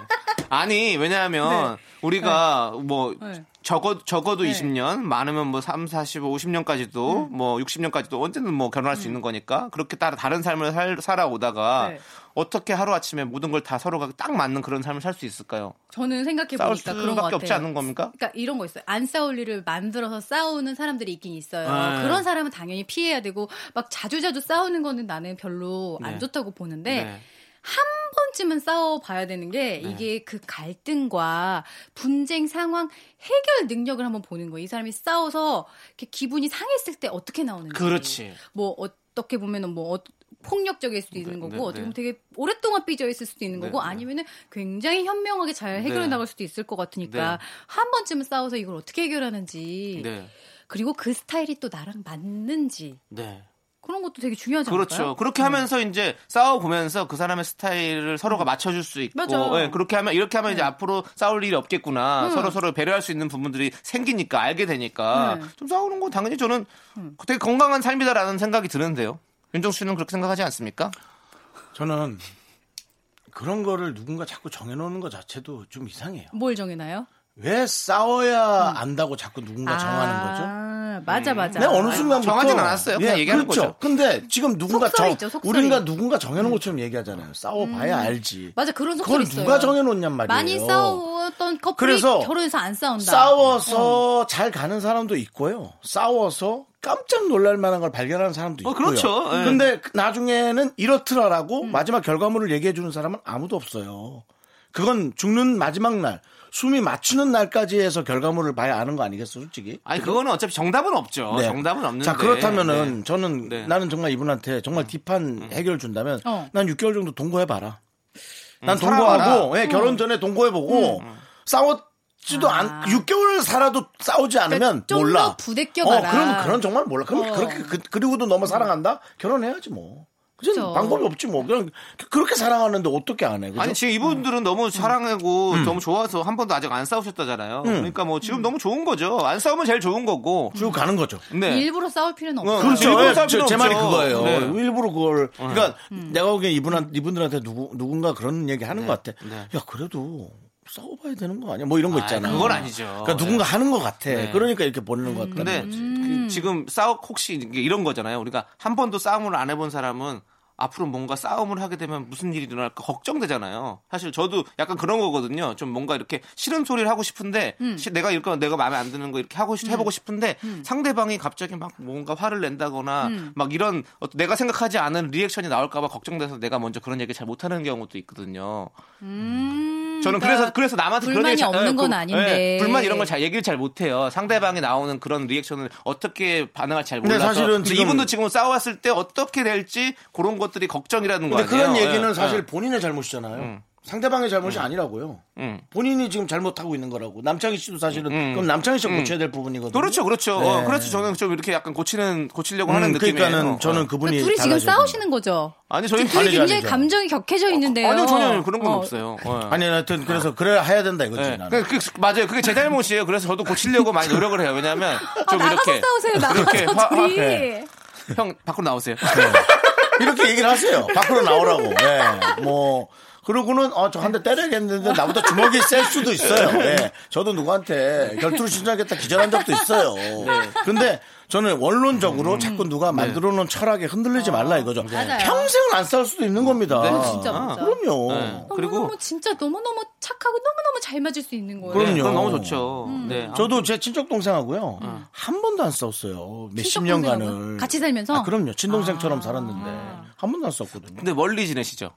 S2: 아니, 왜냐하면 우리가 뭐 적어, 적어도 20년, 많으면 뭐 3, 40, 50년까지도
S10: 음.
S2: 뭐 60년까지도 언제든 뭐 결혼할 수 있는 거니까 그렇게 따라 다른 삶을 살, 살아오다가
S10: 네.
S2: 어떻게 하루아침에 모든 걸 다 서로가 딱 맞는 그런 삶을 살 수 있을까요?
S10: 저는 생각해
S2: 싸울
S10: 보니까 그런 것
S2: 수밖에
S10: 같아요.
S2: 없지 않은 겁니까?
S10: 그러니까 이런 거 있어요. 안 싸울 일을 만들어서 싸우는 사람들이 있긴 있어요.
S2: 네.
S10: 그런 사람은 당연히 피해야 되고 막 자주자주 싸우는 거는 나는 별로 안
S2: 네.
S10: 좋다고 보는데
S2: 네.
S10: 한 번쯤은 싸워봐야 되는 게
S2: 네.
S10: 이게 그 갈등과 분쟁 상황 해결 능력을 한번 보는 거예요. 이 사람이 싸워서 이렇게 기분이 상했을 때 어떻게 나오는지.
S2: 그렇지.
S10: 뭐 어떻게 보면은 뭐 어- 폭력적일 수도 있는 거고
S2: 네,
S10: 어떻게 보면
S2: 네.
S10: 되게 오랫동안 삐져 있을 수도 있는
S2: 네,
S10: 거고
S2: 네.
S10: 아니면은 굉장히 현명하게 잘 해결해
S2: 네.
S10: 나갈 수도 있을 것 같으니까
S2: 네.
S10: 한 번쯤은 싸워서 이걸 어떻게 해결하는지
S2: 네.
S10: 그리고 그 스타일이 또 나랑 맞는지
S2: 네.
S10: 그런 것도 되게 중요하지 음. 않을까요?
S2: 그렇죠. 그렇게 하면서 이제 싸워 보면서 그 사람의 스타일을 서로가 맞춰줄 수 있고,
S10: 음. 맞아.
S2: 예, 그렇게 하면 이렇게 하면 이제 앞으로 싸울 일이 없겠구나.
S10: 네. 음.
S2: 서로 서로 배려할 수 있는 부분들이 생기니까 알게 되니까
S10: 네. 음.
S2: 좀 싸우는 건 당연히 저는 되게 건강한 삶이다라는 생각이 드는데요. 윤정 씨는 그렇게 생각하지 않습니까?
S1: 저는 그런 거를 누군가 자꾸 정해놓는 것 자체도 좀 이상해요.
S10: 뭘 정해놔요?
S1: 왜 싸워야 안다고 자꾸 누군가
S10: 음. 아, 네,
S1: 정하는 거죠?
S2: 네.
S10: 맞아 맞아.
S1: 내가 어느 순간부터
S2: 정하진 않았어요. 그냥 얘기하는
S1: 그렇죠.
S2: 거죠.
S1: 근데 지금 누군가 정,
S10: 예, 속설이죠, 속설이.
S1: 우리가 누군가 정해놓은 것처럼 얘기하잖아요. 싸워봐야
S10: 음.
S1: 알지.
S10: 맞아 그런 속설
S1: 그걸
S10: 있어요.
S1: 누가 정해놓냔 말이에요.
S10: 많이 싸웠던 커플이
S1: 그래서
S10: 결혼해서 안 싸운다. 어.
S1: 싸워서 잘 가는 사람도 있고요. 싸워서 깜짝 놀랄 만한 걸 발견하는 사람도 있고요.
S2: 어, 그렇죠. 예.
S1: 근데 그- 나중에는 이렇더라라고
S10: 음.
S1: 마지막 결과물을 얘기해 주는 사람은 아무도 없어요. 그건 죽는 마지막 날, 숨이 맞추는 날까지 해서 결과물을 봐야 아는 거 아니겠어, 솔직히.
S2: 아니 그거는 어차피 정답은 없죠.
S1: 네.
S2: 정답은 없는데.
S1: 자 그렇다면은 저는
S2: 네. 음.
S1: 나는 정말 이분한테 정말 딥한 해결 준다면
S2: 어.
S1: 난 6개월 정도 동거해 봐라. 난
S2: 음,
S1: 동거하고
S2: 살아봐라.
S1: 예, 결혼
S2: 음.
S1: 전에 동거해 보고 싸웠지도 않 6개월을 살아도 싸우지 않으면
S10: 그러니까 좀더
S1: 몰라.
S10: 부대껴봐라.
S1: 어, 그럼 그런 정말 몰라. 그럼
S10: 어.
S1: 그렇게 그, 리고도 너무 사랑한다? 결혼해야지 뭐. 그죠?
S2: 그쵸.
S1: 방법이 없지 뭐. 그냥 그렇게 사랑하는데 어떻게 안 해? 그죠?
S2: 아니 지금 이분들은
S10: 음.
S2: 너무 사랑하고 너무 좋아서 한 번도 아직 안 싸우셨다잖아요.
S1: 음.
S2: 그러니까 뭐 지금 너무 좋은 거죠. 안 싸우면 제일 좋은 거고.
S10: 음.
S1: 쭉 가는 거죠.
S2: 네.
S10: 일부러 싸울 필요는 없어요.
S1: 그렇죠.
S2: 일부러
S1: 예,
S2: 싸울
S1: 제,
S2: 필요
S1: 제 말이
S2: 없죠.
S1: 그거예요.
S2: 네. 음.
S1: 일부러 그걸. 그러니까 내가 보기엔 이분한, 이분들한테 누구, 누군가 그런 얘기
S2: 네.
S1: 하는 것 같아. 야, 그래도 싸워봐야 되는 거 아니야? 뭐 이런 거
S2: 아이,
S1: 있잖아.
S2: 그건 아니죠.
S1: 그러니까 누군가 하는 것 같아.
S2: 네.
S1: 그러니까 이렇게 보는 것 같아.
S2: 근데 그 지금 싸우 혹시 이게 이런 거잖아요. 우리가 한 번도 싸움을 안 해본 사람은 앞으로 뭔가 싸움을 하게 되면 무슨 일이 일어날까 걱정되잖아요. 사실 저도 약간 그런 거거든요. 좀 뭔가 이렇게 싫은 소리를 하고 싶은데
S12: 음.
S2: 시- 내가 이거 내가 마음에 안 드는 거 이렇게 하고 싶- 해보고 싶은데
S12: 음.
S2: 상대방이 갑자기 막 뭔가 화를 낸다거나
S12: 음.
S2: 막 이런 어떤 내가 생각하지 않은 리액션이 나올까봐 걱정돼서 내가 먼저 그런 얘기 잘 못하는 경우도 있거든요. 저는 그래서 그래서 남한테 그런
S10: 불만이
S2: 얘기 잘-
S10: 없는
S2: 예,
S10: 건
S2: 그-
S10: 아닌데.
S2: 예, 불만 이런 걸 잘 얘기를 잘 못해요. 상대방이 나오는 그런 리액션을 어떻게 반응할 잘
S1: 근데
S2: 몰라서.
S1: 사실은
S2: 근데
S1: 지금-
S2: 이분도 지금 싸웠을 때 어떻게 될지 그런 것들이 걱정이라는
S1: 근데
S2: 거예요. 네.
S1: 그런 얘기는 사실 본인의 잘못이잖아요. 상대방의 잘못이
S2: 음.
S1: 아니라고요.
S2: 음.
S1: 본인이 지금 잘못하고 있는 거라고. 남창희 씨도 사실은 그럼 남창희 씨가 고쳐야 될 부분이거든요.
S2: 음. 그렇죠, 그렇죠.
S1: 네.
S2: 어, 그래서 저는 좀 이렇게 약간 고치는 고치려고 하는
S1: 음,
S2: 느낌이에요.
S1: 그러니까는
S2: 어.
S1: 저는 그분이
S10: 둘이 지금 싸우시는 거죠.
S2: 아니 저희
S10: 둘이 굉장히 감정이 격해져 있는데요.
S2: 아니요, 전혀 그런 건
S10: 어,
S2: 없어요. 어.
S1: 아니 하여튼 그래서 그래야 해야 된다 이거지.
S2: 네.
S1: 나는.
S2: 그, 그, 맞아요. 그게 제 잘못이에요. 그래서 저도 고치려고 많이 노력을 해요. 왜냐하면 좀
S10: 아, 나가서
S2: 이렇게
S10: 싸우세요.
S2: 이렇게
S10: 나가서
S2: 화- 화-
S10: 둘이.
S2: 네.
S1: 네.
S2: 형 밖으로 나오세요. 네.
S1: 이렇게 얘기를 하세요. 밖으로 나오라고. 예. 뭐 그러고는 어, 저 한 대 때려야겠는데 나보다 주먹이 셀 수도 있어요. 예. 저도 누구한테 결투를 신청하겠다 기절한 적도 있어요.
S10: 네.
S1: 근데 저는 원론적으로 자꾸 누가 만들어 놓은 철학에 흔들리지 말라 이거죠.
S10: 음. 맞아요.
S1: 평생은 안 싸울 수도 있는 겁니다.
S10: 네, 진짜, 네. 맞아.
S1: 그럼요.
S2: 네.
S10: 너무너무 진짜 너무너무 착하고 너무너무 잘 맞을 수 있는 거예요.
S1: 그럼요.
S10: 음.
S2: 네.
S1: 저도 제 친척 동생하고요. 한 번도 안 싸웠어요. 몇십
S10: 어. 친척
S1: 년간을.
S10: 동생하고요? 같이 살면서?
S1: 아, 그럼요. 친동생처럼 살았는데 한 번도 안 싸웠거든요.
S2: 근데 멀리 지내시죠?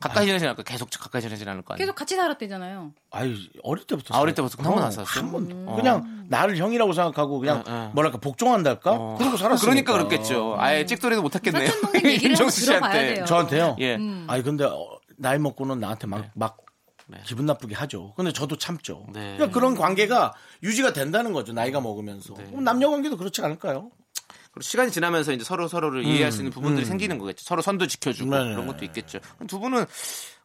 S2: 가까이 지내지 않을까? 계속 가까이 지내지 않을 거 아니에요?
S10: 계속 같이 살았대잖아요.
S1: 아유 어릴 때부터
S2: 아, 어릴 때부터 그럼 한 번도 안
S1: 어,
S2: 싸웠어요? 어,
S1: 한 번도. 그냥 나를 형이라고 생각하고 그냥 뭐랄까 복종한달까? 그러고 살았어요.
S2: 그러니까 그렇겠죠. 아예 찍소리도 못 했겠네요.
S1: 얘기를 한번
S2: 임정수 씨한테.
S1: 들어봐야 돼요. 저한테요?
S2: 예.
S10: 음.
S2: 네.
S1: 아니 근데 어, 나이 먹고는 나한테 막, 막 기분 나쁘게 하죠. 근데 저도 참죠.
S2: 네.
S1: 그러니까 그런 관계가 유지가 된다는 거죠. 나이가 먹으면서.
S2: 네.
S1: 그럼 남녀 관계도 그렇지 않을까요?
S2: 그리고 시간이 지나면서 이제 서로 서로를
S1: 음,
S2: 이해할 수 있는 부분들이
S1: 음.
S2: 생기는 거겠죠. 서로 선도 지켜주고 그런 것도 있겠죠. 두 분은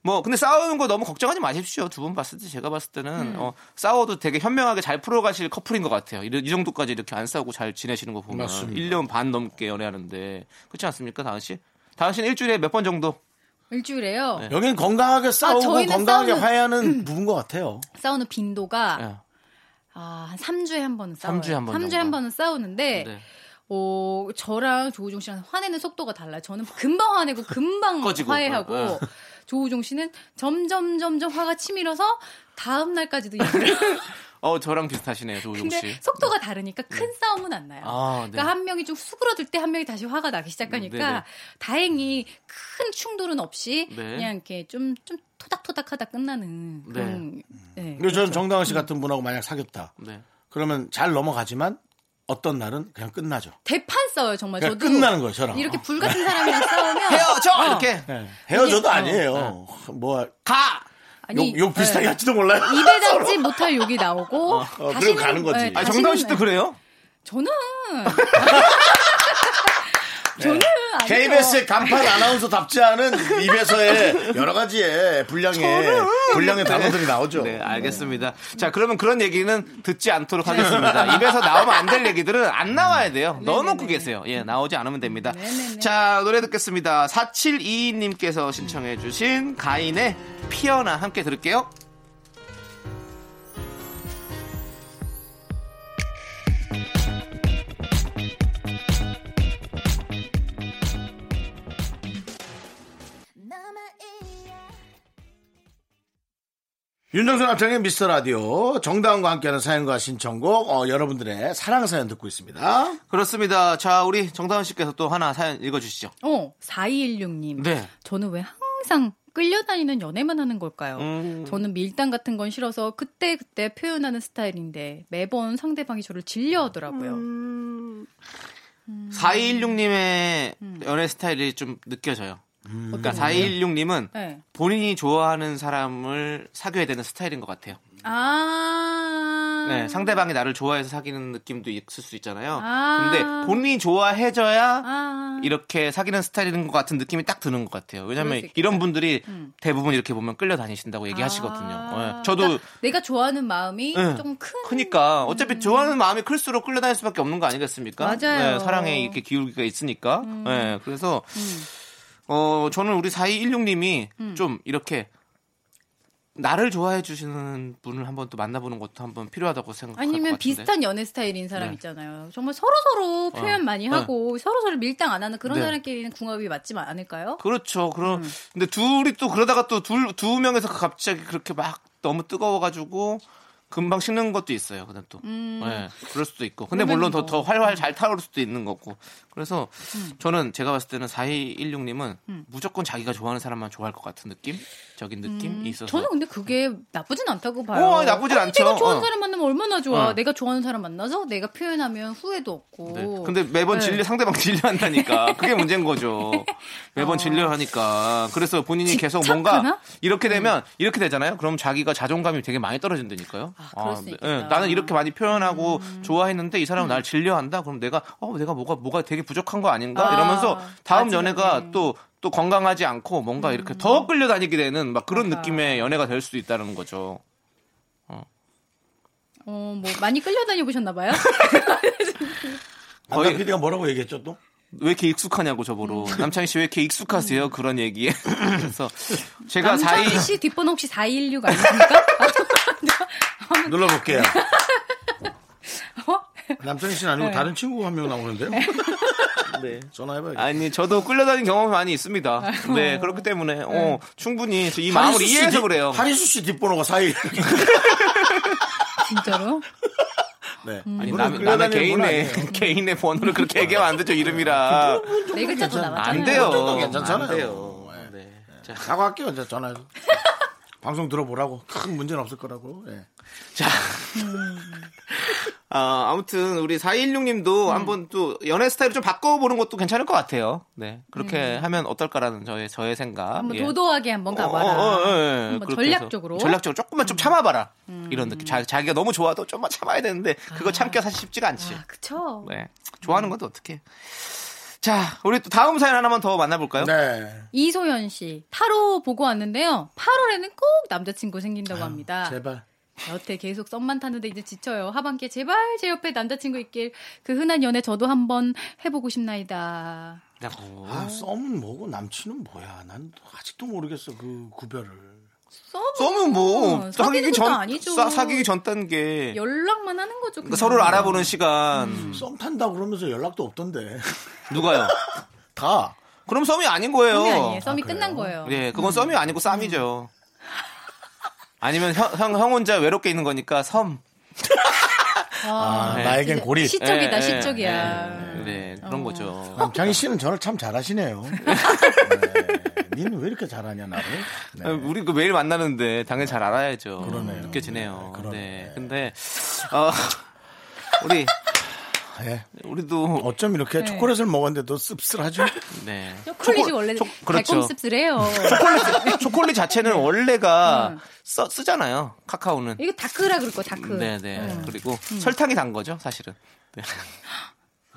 S2: 뭐 근데 싸우는 거 너무 걱정하지 마십시오. 두 분 봤을 때 제가 봤을 때는
S1: 음.
S2: 어, 싸워도 되게 현명하게 잘 풀어가실 커플인 것 같아요. 이런- 이, 정도까지 이렇게 안 싸우고 잘 지내시는 거 보면
S1: 맞습니다.
S2: 1년 반 넘게 연애하는데 그렇지 않습니까, 다은 씨? 다은 씨는 일주일에 몇 번 정도?
S10: 일주일에요.
S2: 네.
S1: 여기는 건강하게 싸우고
S10: 아, 저희는
S1: 건강하게
S10: 싸우는- 음.
S1: 화해하는 부분 것 같아요.
S10: 싸우는 빈도가
S2: 네.
S1: 예.
S10: 아, 한 3주에 한 번은 싸워요.
S1: 삼 주에 한번
S10: 삼 주에 한
S1: 네.
S10: 번은
S2: 네.
S10: 싸우는데 어, 저랑 조우종 씨랑 화내는 속도가 달라요. 저는 뭐 금방 화내고 금방
S2: 꺼지고.
S10: 화해하고
S2: 어, 어.
S10: 조우종 씨는 점점 점점 화가 치밀어서 다음 날까지도 이어요.
S2: 어 저랑 비슷하시네요, 조우종
S10: 근데
S2: 씨.
S10: 속도가 다르니까 큰 싸움은 안 나요.
S2: 아, 네.
S10: 그러니까 한 명이 좀 수그러들 때 한 명이 다시 화가 나기 시작하니까
S2: 네, 네.
S10: 다행히 큰 충돌은 없이
S1: 네.
S10: 그냥 이렇게 좀 좀 토닥토닥하다 끝나는 그런 네,
S2: 음.
S1: 근데 저는 정다은 씨 같은 분하고 만약 사귀었다.
S2: 네.
S1: 그러면 잘 넘어가지만 어떤 날은 그냥 끝나죠.
S10: 대판 싸워요 정말
S1: 그냥
S10: 아, 저도
S1: 끝나는 거예요, 저랑.
S10: 이렇게 불 같은 사람이랑 싸우면
S2: 헤어져!
S10: 어.
S2: 이렇게.
S1: 네. 헤어져도
S10: 어.
S1: 아니에요. 뭐
S2: 가.
S10: 아니,
S1: 욕, 욕 비슷하게
S10: 네.
S1: 할지도 몰라요.
S10: 입에 담지 못할 욕이 나오고
S1: 어,
S10: 다시는-
S1: 그럼 가는 거지.
S10: 네,
S1: 아니,
S10: 다시는-
S1: 정다은 씨도
S2: 그래요?
S10: 저는
S1: 저는
S10: 아니죠.
S1: KBS의 간판 아나운서답지 않은 입에서의 여러 가지의 분량의 분량의 단어들이 나오죠.
S2: 네, 알겠습니다. 자, 그러면 그런 얘기는 듣지 않도록 하겠습니다. 입에서 나오면 안 될 얘기들은 안 나와야 돼요.
S10: 음.
S2: 넣어놓고 계세요. 예, 나오지 않으면 됩니다. 자, 노래 듣겠습니다. 4722님께서 신청해주신 가인의 피어나 함께 들을게요.
S1: 윤정수 남창의 미스터 라디오 정다은과 함께하는 사연과 신청곡 어, 여러분들의 사랑 사연 듣고 있습니다.
S2: 그렇습니다. 자, 우리 정다은 씨께서 또 하나 사연 읽어주시죠.
S10: 어 4216님
S2: 네.
S10: 저는 왜 항상 끌려다니는 연애만 하는 걸까요?
S2: 음.
S10: 저는 밀당 같은 건 싫어서 그때 그때 표현하는 스타일인데 매번 상대방이 저를 질려하더라고요.
S1: 음.
S2: 4216님의
S10: 음.
S2: 연애 스타일이 좀 느껴져요. 그러니까
S10: 어떤 거예요?
S2: 4216님은
S10: 네.
S2: 본인이 좋아하는 사람을 사귀어야 되는 스타일인 것 같아요.
S10: 아
S2: 네, 상대방이 나를 좋아해서 사귀는 느낌도 있을 수 있잖아요.
S10: 아.
S2: 근데 본인이 좋아해줘야
S10: 아.
S2: 이렇게 사귀는 스타일인 것 같은 느낌이 딱 드는 것 같아요.
S10: 그럴
S2: 왜냐면
S10: 수 있겠다.
S2: 이런 분들이
S10: 음.
S2: 대부분 이렇게 보면 끌려다니신다고 얘기하시거든요. 예, 저도
S10: 그러니까 내가 좋아하는 마음이
S2: 예.
S10: 좀 큰.
S2: 크니까 어차피 좋아하는 마음이 클수록 끌려다닐 수밖에 없는 거 아니겠습니까?
S10: 맞아요. 음.
S2: 예, 사랑에 이렇게 기울기가 있으니까. 예, 그래서 어 저는 우리 4216님이
S10: 음.
S2: 좀 이렇게 나를 좋아해 주시는 분을 한번 또 만나보는 것도 한번 필요하다고 생각할 것
S10: 아니면
S2: 같은데.
S10: 비슷한 연애 스타일인 사람
S2: 네.
S10: 있잖아요. 정말 서로 서로 표현
S2: 어.
S10: 많이
S2: 네.
S10: 하고 서로 서로 밀당 안 하는 그런
S2: 네.
S10: 사람끼리는 궁합이 맞지 않을까요?
S2: 그렇죠.
S10: 음.
S2: 그럼 근데 둘이 또 그러다가 또 둘 두 명에서 갑자기 그렇게 막 너무 뜨거워가지고 금방 식는 것도 있어요. 그다음 또
S10: 음.
S2: 예, 그럴 수도 있고. 근데
S10: 그러면 뭐.
S2: 물론
S10: 음.
S2: 더 더 활활 잘 타오를 수도 있는 거고. 그래서 저는 제가 봤을 때는 4216님은
S10: 음.
S2: 무조건 자기가 좋아하는 사람만 좋아할 것 같은 느낌, 적인 느낌이 있어서.
S10: 음, 저는 근데 그게 나쁘진 않다고 봐요.
S2: 어, 나쁘진
S10: 아니,
S2: 않죠.
S10: 내가 좋아하는
S2: 어.
S10: 사람 만나면 얼마나 좋아.
S2: 어.
S10: 내가 좋아하는 사람 만나서 내가 표현하면 후회도 없고.
S2: 네. 근데 매번
S10: 네.
S2: 진료 상대방 진료한다니까 그게 문제인 거죠. 매번 진료하니까 그래서 본인이 계속 뭔가 이렇게 되면 이렇게 되잖아요. 그럼 자기가 자존감이 되게 많이 떨어진다니까요. 음. 아, 네. 네. 나는 이렇게 많이 표현하고 좋아했는데 이 사람은 날 진료한다. 그럼 내가 어 내가 뭐가 뭐가 되게 부족한 거 아닌가
S5: 아,
S2: 이러면서 다음 연애가 또 또 건강하지 않고 뭔가 이렇게 더 끌려다니게 되는 막 그런 느낌의 연애가 될 수도 있다는 거죠.
S10: 어, 뭐 많이 끌려다니고 오셨나 봐요.
S1: 아까 PD가 뭐라고 얘기했죠 또?
S2: 왜 이렇게 익숙하냐고 저보로 남창희 씨 왜 이렇게 익숙하세요 그런 얘기에 그래서 제가
S10: 남창희
S2: 4이
S10: 씨 뒷번호 혹시 416 아닙니까?
S1: 눌러볼게요.
S10: 어?
S1: 남창희 씨는 아니고
S2: 네.
S1: 다른 친구가 한 명 나오는데요? 네. 전화해봐요.
S2: 아니 저도 끌려다닌 경험이 많이 있습니다. 네 그렇기 때문에 어, 충분히 저이 마음을
S1: 하리수 씨
S2: 이해해서
S1: 뒷-
S2: 그래요.
S1: 하리수 씨 뒷번호가 사이.
S10: 아, 진짜로?
S1: 네.
S2: 아니
S1: 물론
S2: 남, 남의
S1: 끌려다니는 건
S2: 개인의 개인의 번호를 그렇게 얘기하면 안 되죠 이름이라
S10: 네 글자도 나왔잖아요.
S2: 안 돼요.
S1: 정도 괜찮잖아요.
S2: 안 돼요.
S1: 네. 사과할게요. 이제 전화해서. 방송 들어보라고. 큰 문제는 없을 거라고. 예.
S2: 아, 아무튼 우리 416님도 한번 또 연애 스타일을 좀 바꿔보는 것도 괜찮을 것 같아요. 네 그렇게 하면 어떨까라는 저의 저의 생각.
S10: 한번
S2: 예.
S10: 도도하게 한번 가봐라.
S2: 어, 어, 어, 예.
S10: 한번
S2: 그렇게 해서
S10: 전략적으로. 음.
S2: 전략적으로 조금만 좀 참아봐라. 이런 느낌. 자, 기가 너무 좋아도 좀만 참아야 되는데 그거 참기가 사실 쉽지가 않지.
S10: 아, 그쵸?
S2: 네. 좋아하는 것도 어떻게. 자, 우리 또 다음 사연 하나만 더 만나볼까요?
S1: 네.
S10: 이소연 씨 타로 보고 왔는데요. 8월에는 꼭 남자친구 생긴다고 합니다.
S1: 아, 제발.
S10: 여태 계속 썸만 타는데 이제 지쳐요. 하반기에 제발 제 옆에 남자친구 있길 그 흔한 연애 저도 한번 해보고 싶나이다.
S2: 뭐.
S1: 아,
S10: 네.
S1: 썸은 뭐고 남친은 뭐야. 난 아직도 모르겠어. 그 구별을.
S10: 썸은,
S2: 썸은 뭐
S10: 어,
S2: 사귀기
S10: 사귀는 것도
S2: 전
S10: 아니죠.
S2: 사, 사귀기 전 단계.
S10: 연락만 하는 거죠. 그냥.
S2: 서로를 알아보는 시간.
S10: 음.
S1: 썸 탄다 그러면서 연락도 없던데.
S2: 누가요?
S1: 다.
S2: 그럼 썸이 아닌 거예요.
S10: 썸이 아니에요. 음. 썸이 끝난 거예요.
S2: 예, 그건 썸이 아니고 쌈이죠. 아니면 형, 형, 형 혼자 외롭게 있는 거니까 섬.
S1: 아,
S2: 네.
S1: 나에겐 고리.
S10: 시적이다,
S2: 예,
S10: 시적이야. 음. 어.
S2: 예, 네, 그런 거죠.
S1: 남창희 씨는 저를 참 잘하시네요. 네. 니는 왜 이렇게 잘하냐, 나를? 네.
S2: 아, 우리 그 매일 만나는데 당연히 잘 알아야죠. 느껴지네요. 네, 근데 어, 우리
S1: 예.
S2: 우리도
S1: 어쩜 이렇게
S10: 네.
S1: 초콜릿을 먹었는데도 씁쓸하죠?
S2: 네.
S10: 초콜릿이 원래
S2: 초- 그렇죠.
S10: 달콤씁쓸해요.
S2: 초콜릿 초콜릿 자체는 원래가 써, 쓰잖아요. 카카오는.
S10: 이거 다크라 그럴 거야, 다크.
S2: 네, 네.
S10: 음.
S2: 그리고 설탕이 단 거죠, 사실은. 네.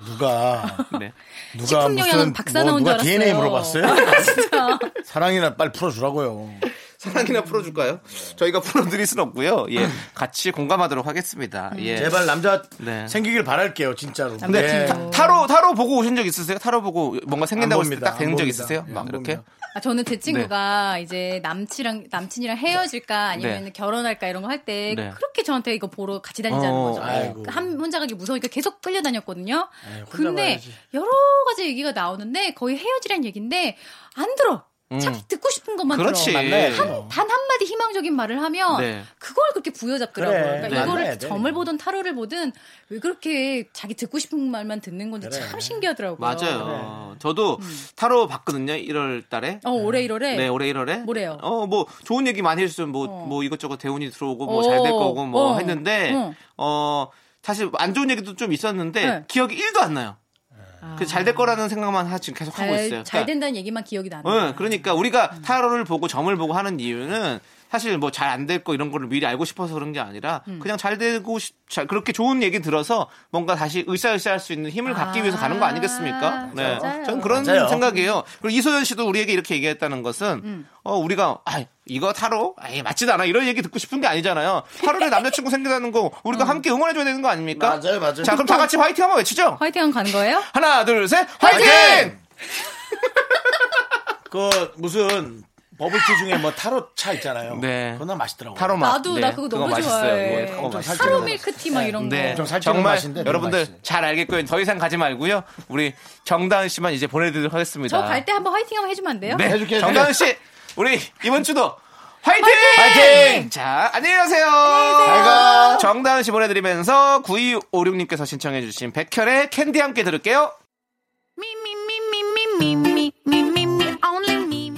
S1: 누가
S2: 네.
S1: 누가
S10: 식품 영양은
S1: 무슨
S10: 박사
S1: 뭐
S10: 나온
S1: 누가
S10: 줄 알았어요. 아,
S1: DNA 물어봤어요?
S10: 진짜.
S1: 사랑이나 빨리 풀어주라고요.
S2: 사랑이나 풀어줄까요? 저희가 풀어드릴 순 없고요. 예, 같이 공감하도록 하겠습니다. 예.
S1: 제발 남자
S2: 네.
S1: 생기길 바랄게요,
S10: 아,
S1: 진짜로. 네.
S2: 근데 타- 타로 타로 보고 오신 적 있으세요? 타로 보고 뭔가 생긴다고
S1: 안
S2: 했을
S1: 봅니다.
S2: 때딱 되는
S1: 안
S2: 적
S1: 봅니다.
S2: 있으세요?
S1: 예,
S2: 막
S1: 안
S2: 이렇게
S10: 아, 저는 제 친구가 이제 남친이랑, 남친이랑 헤어질까 아니면
S2: 네.
S10: 결혼할까 이런 거 할 때
S2: 네.
S10: 그렇게 저한테 이거 보러 같이 다니자는
S2: 어,
S10: 거죠. 네.
S2: 아이고. 네,
S10: 한, 혼자 가기 무서우니까 계속 끌려다녔거든요.
S1: 혼자
S10: 근데
S1: 봐야지.
S10: 여러 가지 얘기가 나오는데 거의 헤어지란 얘기인데 안 들어.
S2: 음.
S10: 자기 듣고 싶은 것만
S2: 그렇지.
S10: 들어.
S2: 만나야죠.
S10: 한, 단 한마디 희망적인 말을 하면
S2: 네.
S10: 그걸 그렇게 부여잡더라고요.
S2: 그래,
S10: 그러니까
S2: 네.
S10: 이거를
S2: 만나야 돼.
S10: 점을 보든 타로를 보든 왜 그렇게 자기 듣고 싶은 말만 듣는 건지 참 신기하더라고요.
S2: 맞아요. 저도 타로 봤거든요. 1월 달에.
S10: 네. 음. 어, 올해 1월에
S2: 네, 올해 1월에.
S10: 뭐래요?
S2: 어, 뭐 좋은 얘기 많이 해주면 뭐 뭐 이것저것 대운이 들어오고 뭐 잘 될
S10: 어,
S2: 거고 뭐
S10: 어,
S2: 했는데
S10: 어.
S2: 어 사실 안 좋은 얘기도 좀 있었는데
S10: 네. 아.
S2: 기억이 1도 안 나요. 그 잘 될 거라는 생각만 하- 지금 계속 하고
S10: 잘,
S2: 있어요.
S10: 잘
S2: 그러니까
S10: 된다는 얘기만 기억이 나는 음.
S2: 응, 그러니까 우리가 타로를 보고 점을 보고 하는 이유는 사실 뭐 잘 안 될 거 이런 거를 미리 알고 싶어서 그런 게 아니라
S10: 음.
S2: 그냥 잘 되고 싶- 잘- 그렇게 좋은 얘기 들어서 뭔가 다시 으쌰으쌰할 수 있는 힘을 갖기 위해서 가는 거 아니겠습니까? 네,
S10: 맞아요.
S2: 저는 그런
S1: 맞아요.
S2: 생각이에요. 그리고 이소연 씨도 우리에게 이렇게 얘기했다는 것은
S10: 음.
S2: 어 우리가 아 이거 타로 아예 맞지도 않아 이런 얘기 듣고 싶은 게 아니잖아요. 타로에 남자친구 생긴다는 거 우리가
S10: 음.
S2: 함께 응원해줘야 되는 거 아닙니까?
S1: 맞아요, 맞아요.
S2: 자 그럼 다 같이 화이팅 한번 외치죠.
S10: 화이팅 하고 가는 거예요?
S2: 하나 둘 셋,
S10: 화이팅!
S2: 화이팅!
S1: 그 무슨 버블티 중에 뭐 타로 차 있잖아요.
S2: 네.
S1: 그거 나 맛있더라고요.
S2: 타로 맛.
S10: 나도 나 그거 너무
S2: 네, 맛있어요.
S10: 좋아해.
S2: 그거 타로 맛있어요.
S10: 타로 밀크티 막 이런
S2: 네.
S10: 거.
S1: 좀 살찌는
S2: 정말
S1: 맛인데 너무
S2: 여러분들
S1: 맛있어요.
S2: 잘 알겠고요. 더 이상 가지 말고요. 우리 정다은 씨만 이제 보내드리도록 하겠습니다.
S10: 저 갈 때 한번 화이팅 한번 해주면 안 돼요?
S2: 네.
S1: 해줄게, 해줄게.
S2: 정다은 씨, 우리 이번 주도 화이팅!
S10: 화이팅! 화이팅!
S2: 자, 안녕히 가세요.
S1: 가.
S2: 정다은 씨 보내드리면서 9256님께서 신청해주신 백현의 캔디 함께 들을게요.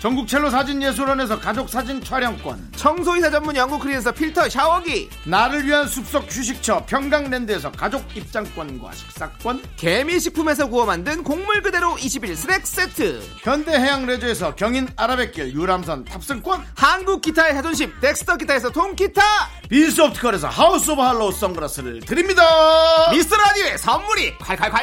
S1: 전국 첼로 사진 예술원에서 가족 사진 촬영권.
S2: 청소이사 전문 영국 크린에서 필터 샤워기.
S1: 나를 위한 숲속 휴식처 평강랜드에서 가족 입장권과 식사권.
S2: 개미식품에서 구워 만든 곡물 그대로 21 스낵 세트.
S1: 현대해양 레저에서 경인 아라뱃길 유람선 탑승권.
S2: 한국 기타의 자존심 덱스터 기타에서 통기타.
S1: 빈소프트컬에서 하우스 오브 할로우 선글라스를 드립니다.
S2: 미스터 라디오의 선물이 콸콸콸!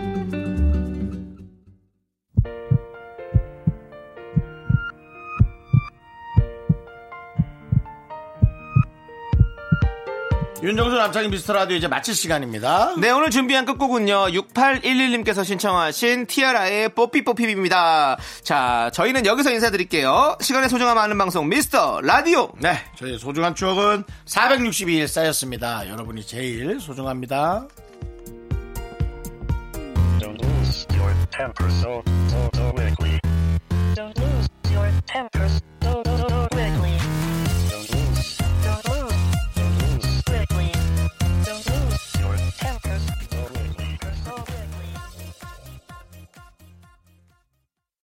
S1: 윤정수 남창희 미스터 라디오 이제 마칠 시간입니다.
S2: 네, 오늘 준비한 끝곡은요. 6811님께서 신청하신 티아라의 뽀삐뽀삐입니다. 자, 저희는 여기서 인사드릴게요. 시간의 소중함 아는 방송 미스터 라디오. 네.
S1: 저희 소중한 추억은 462일 쌓였습니다. 여러분이 제일 소중합니다.
S13: Don't lose your temper so so so quickly. Don't lose your temper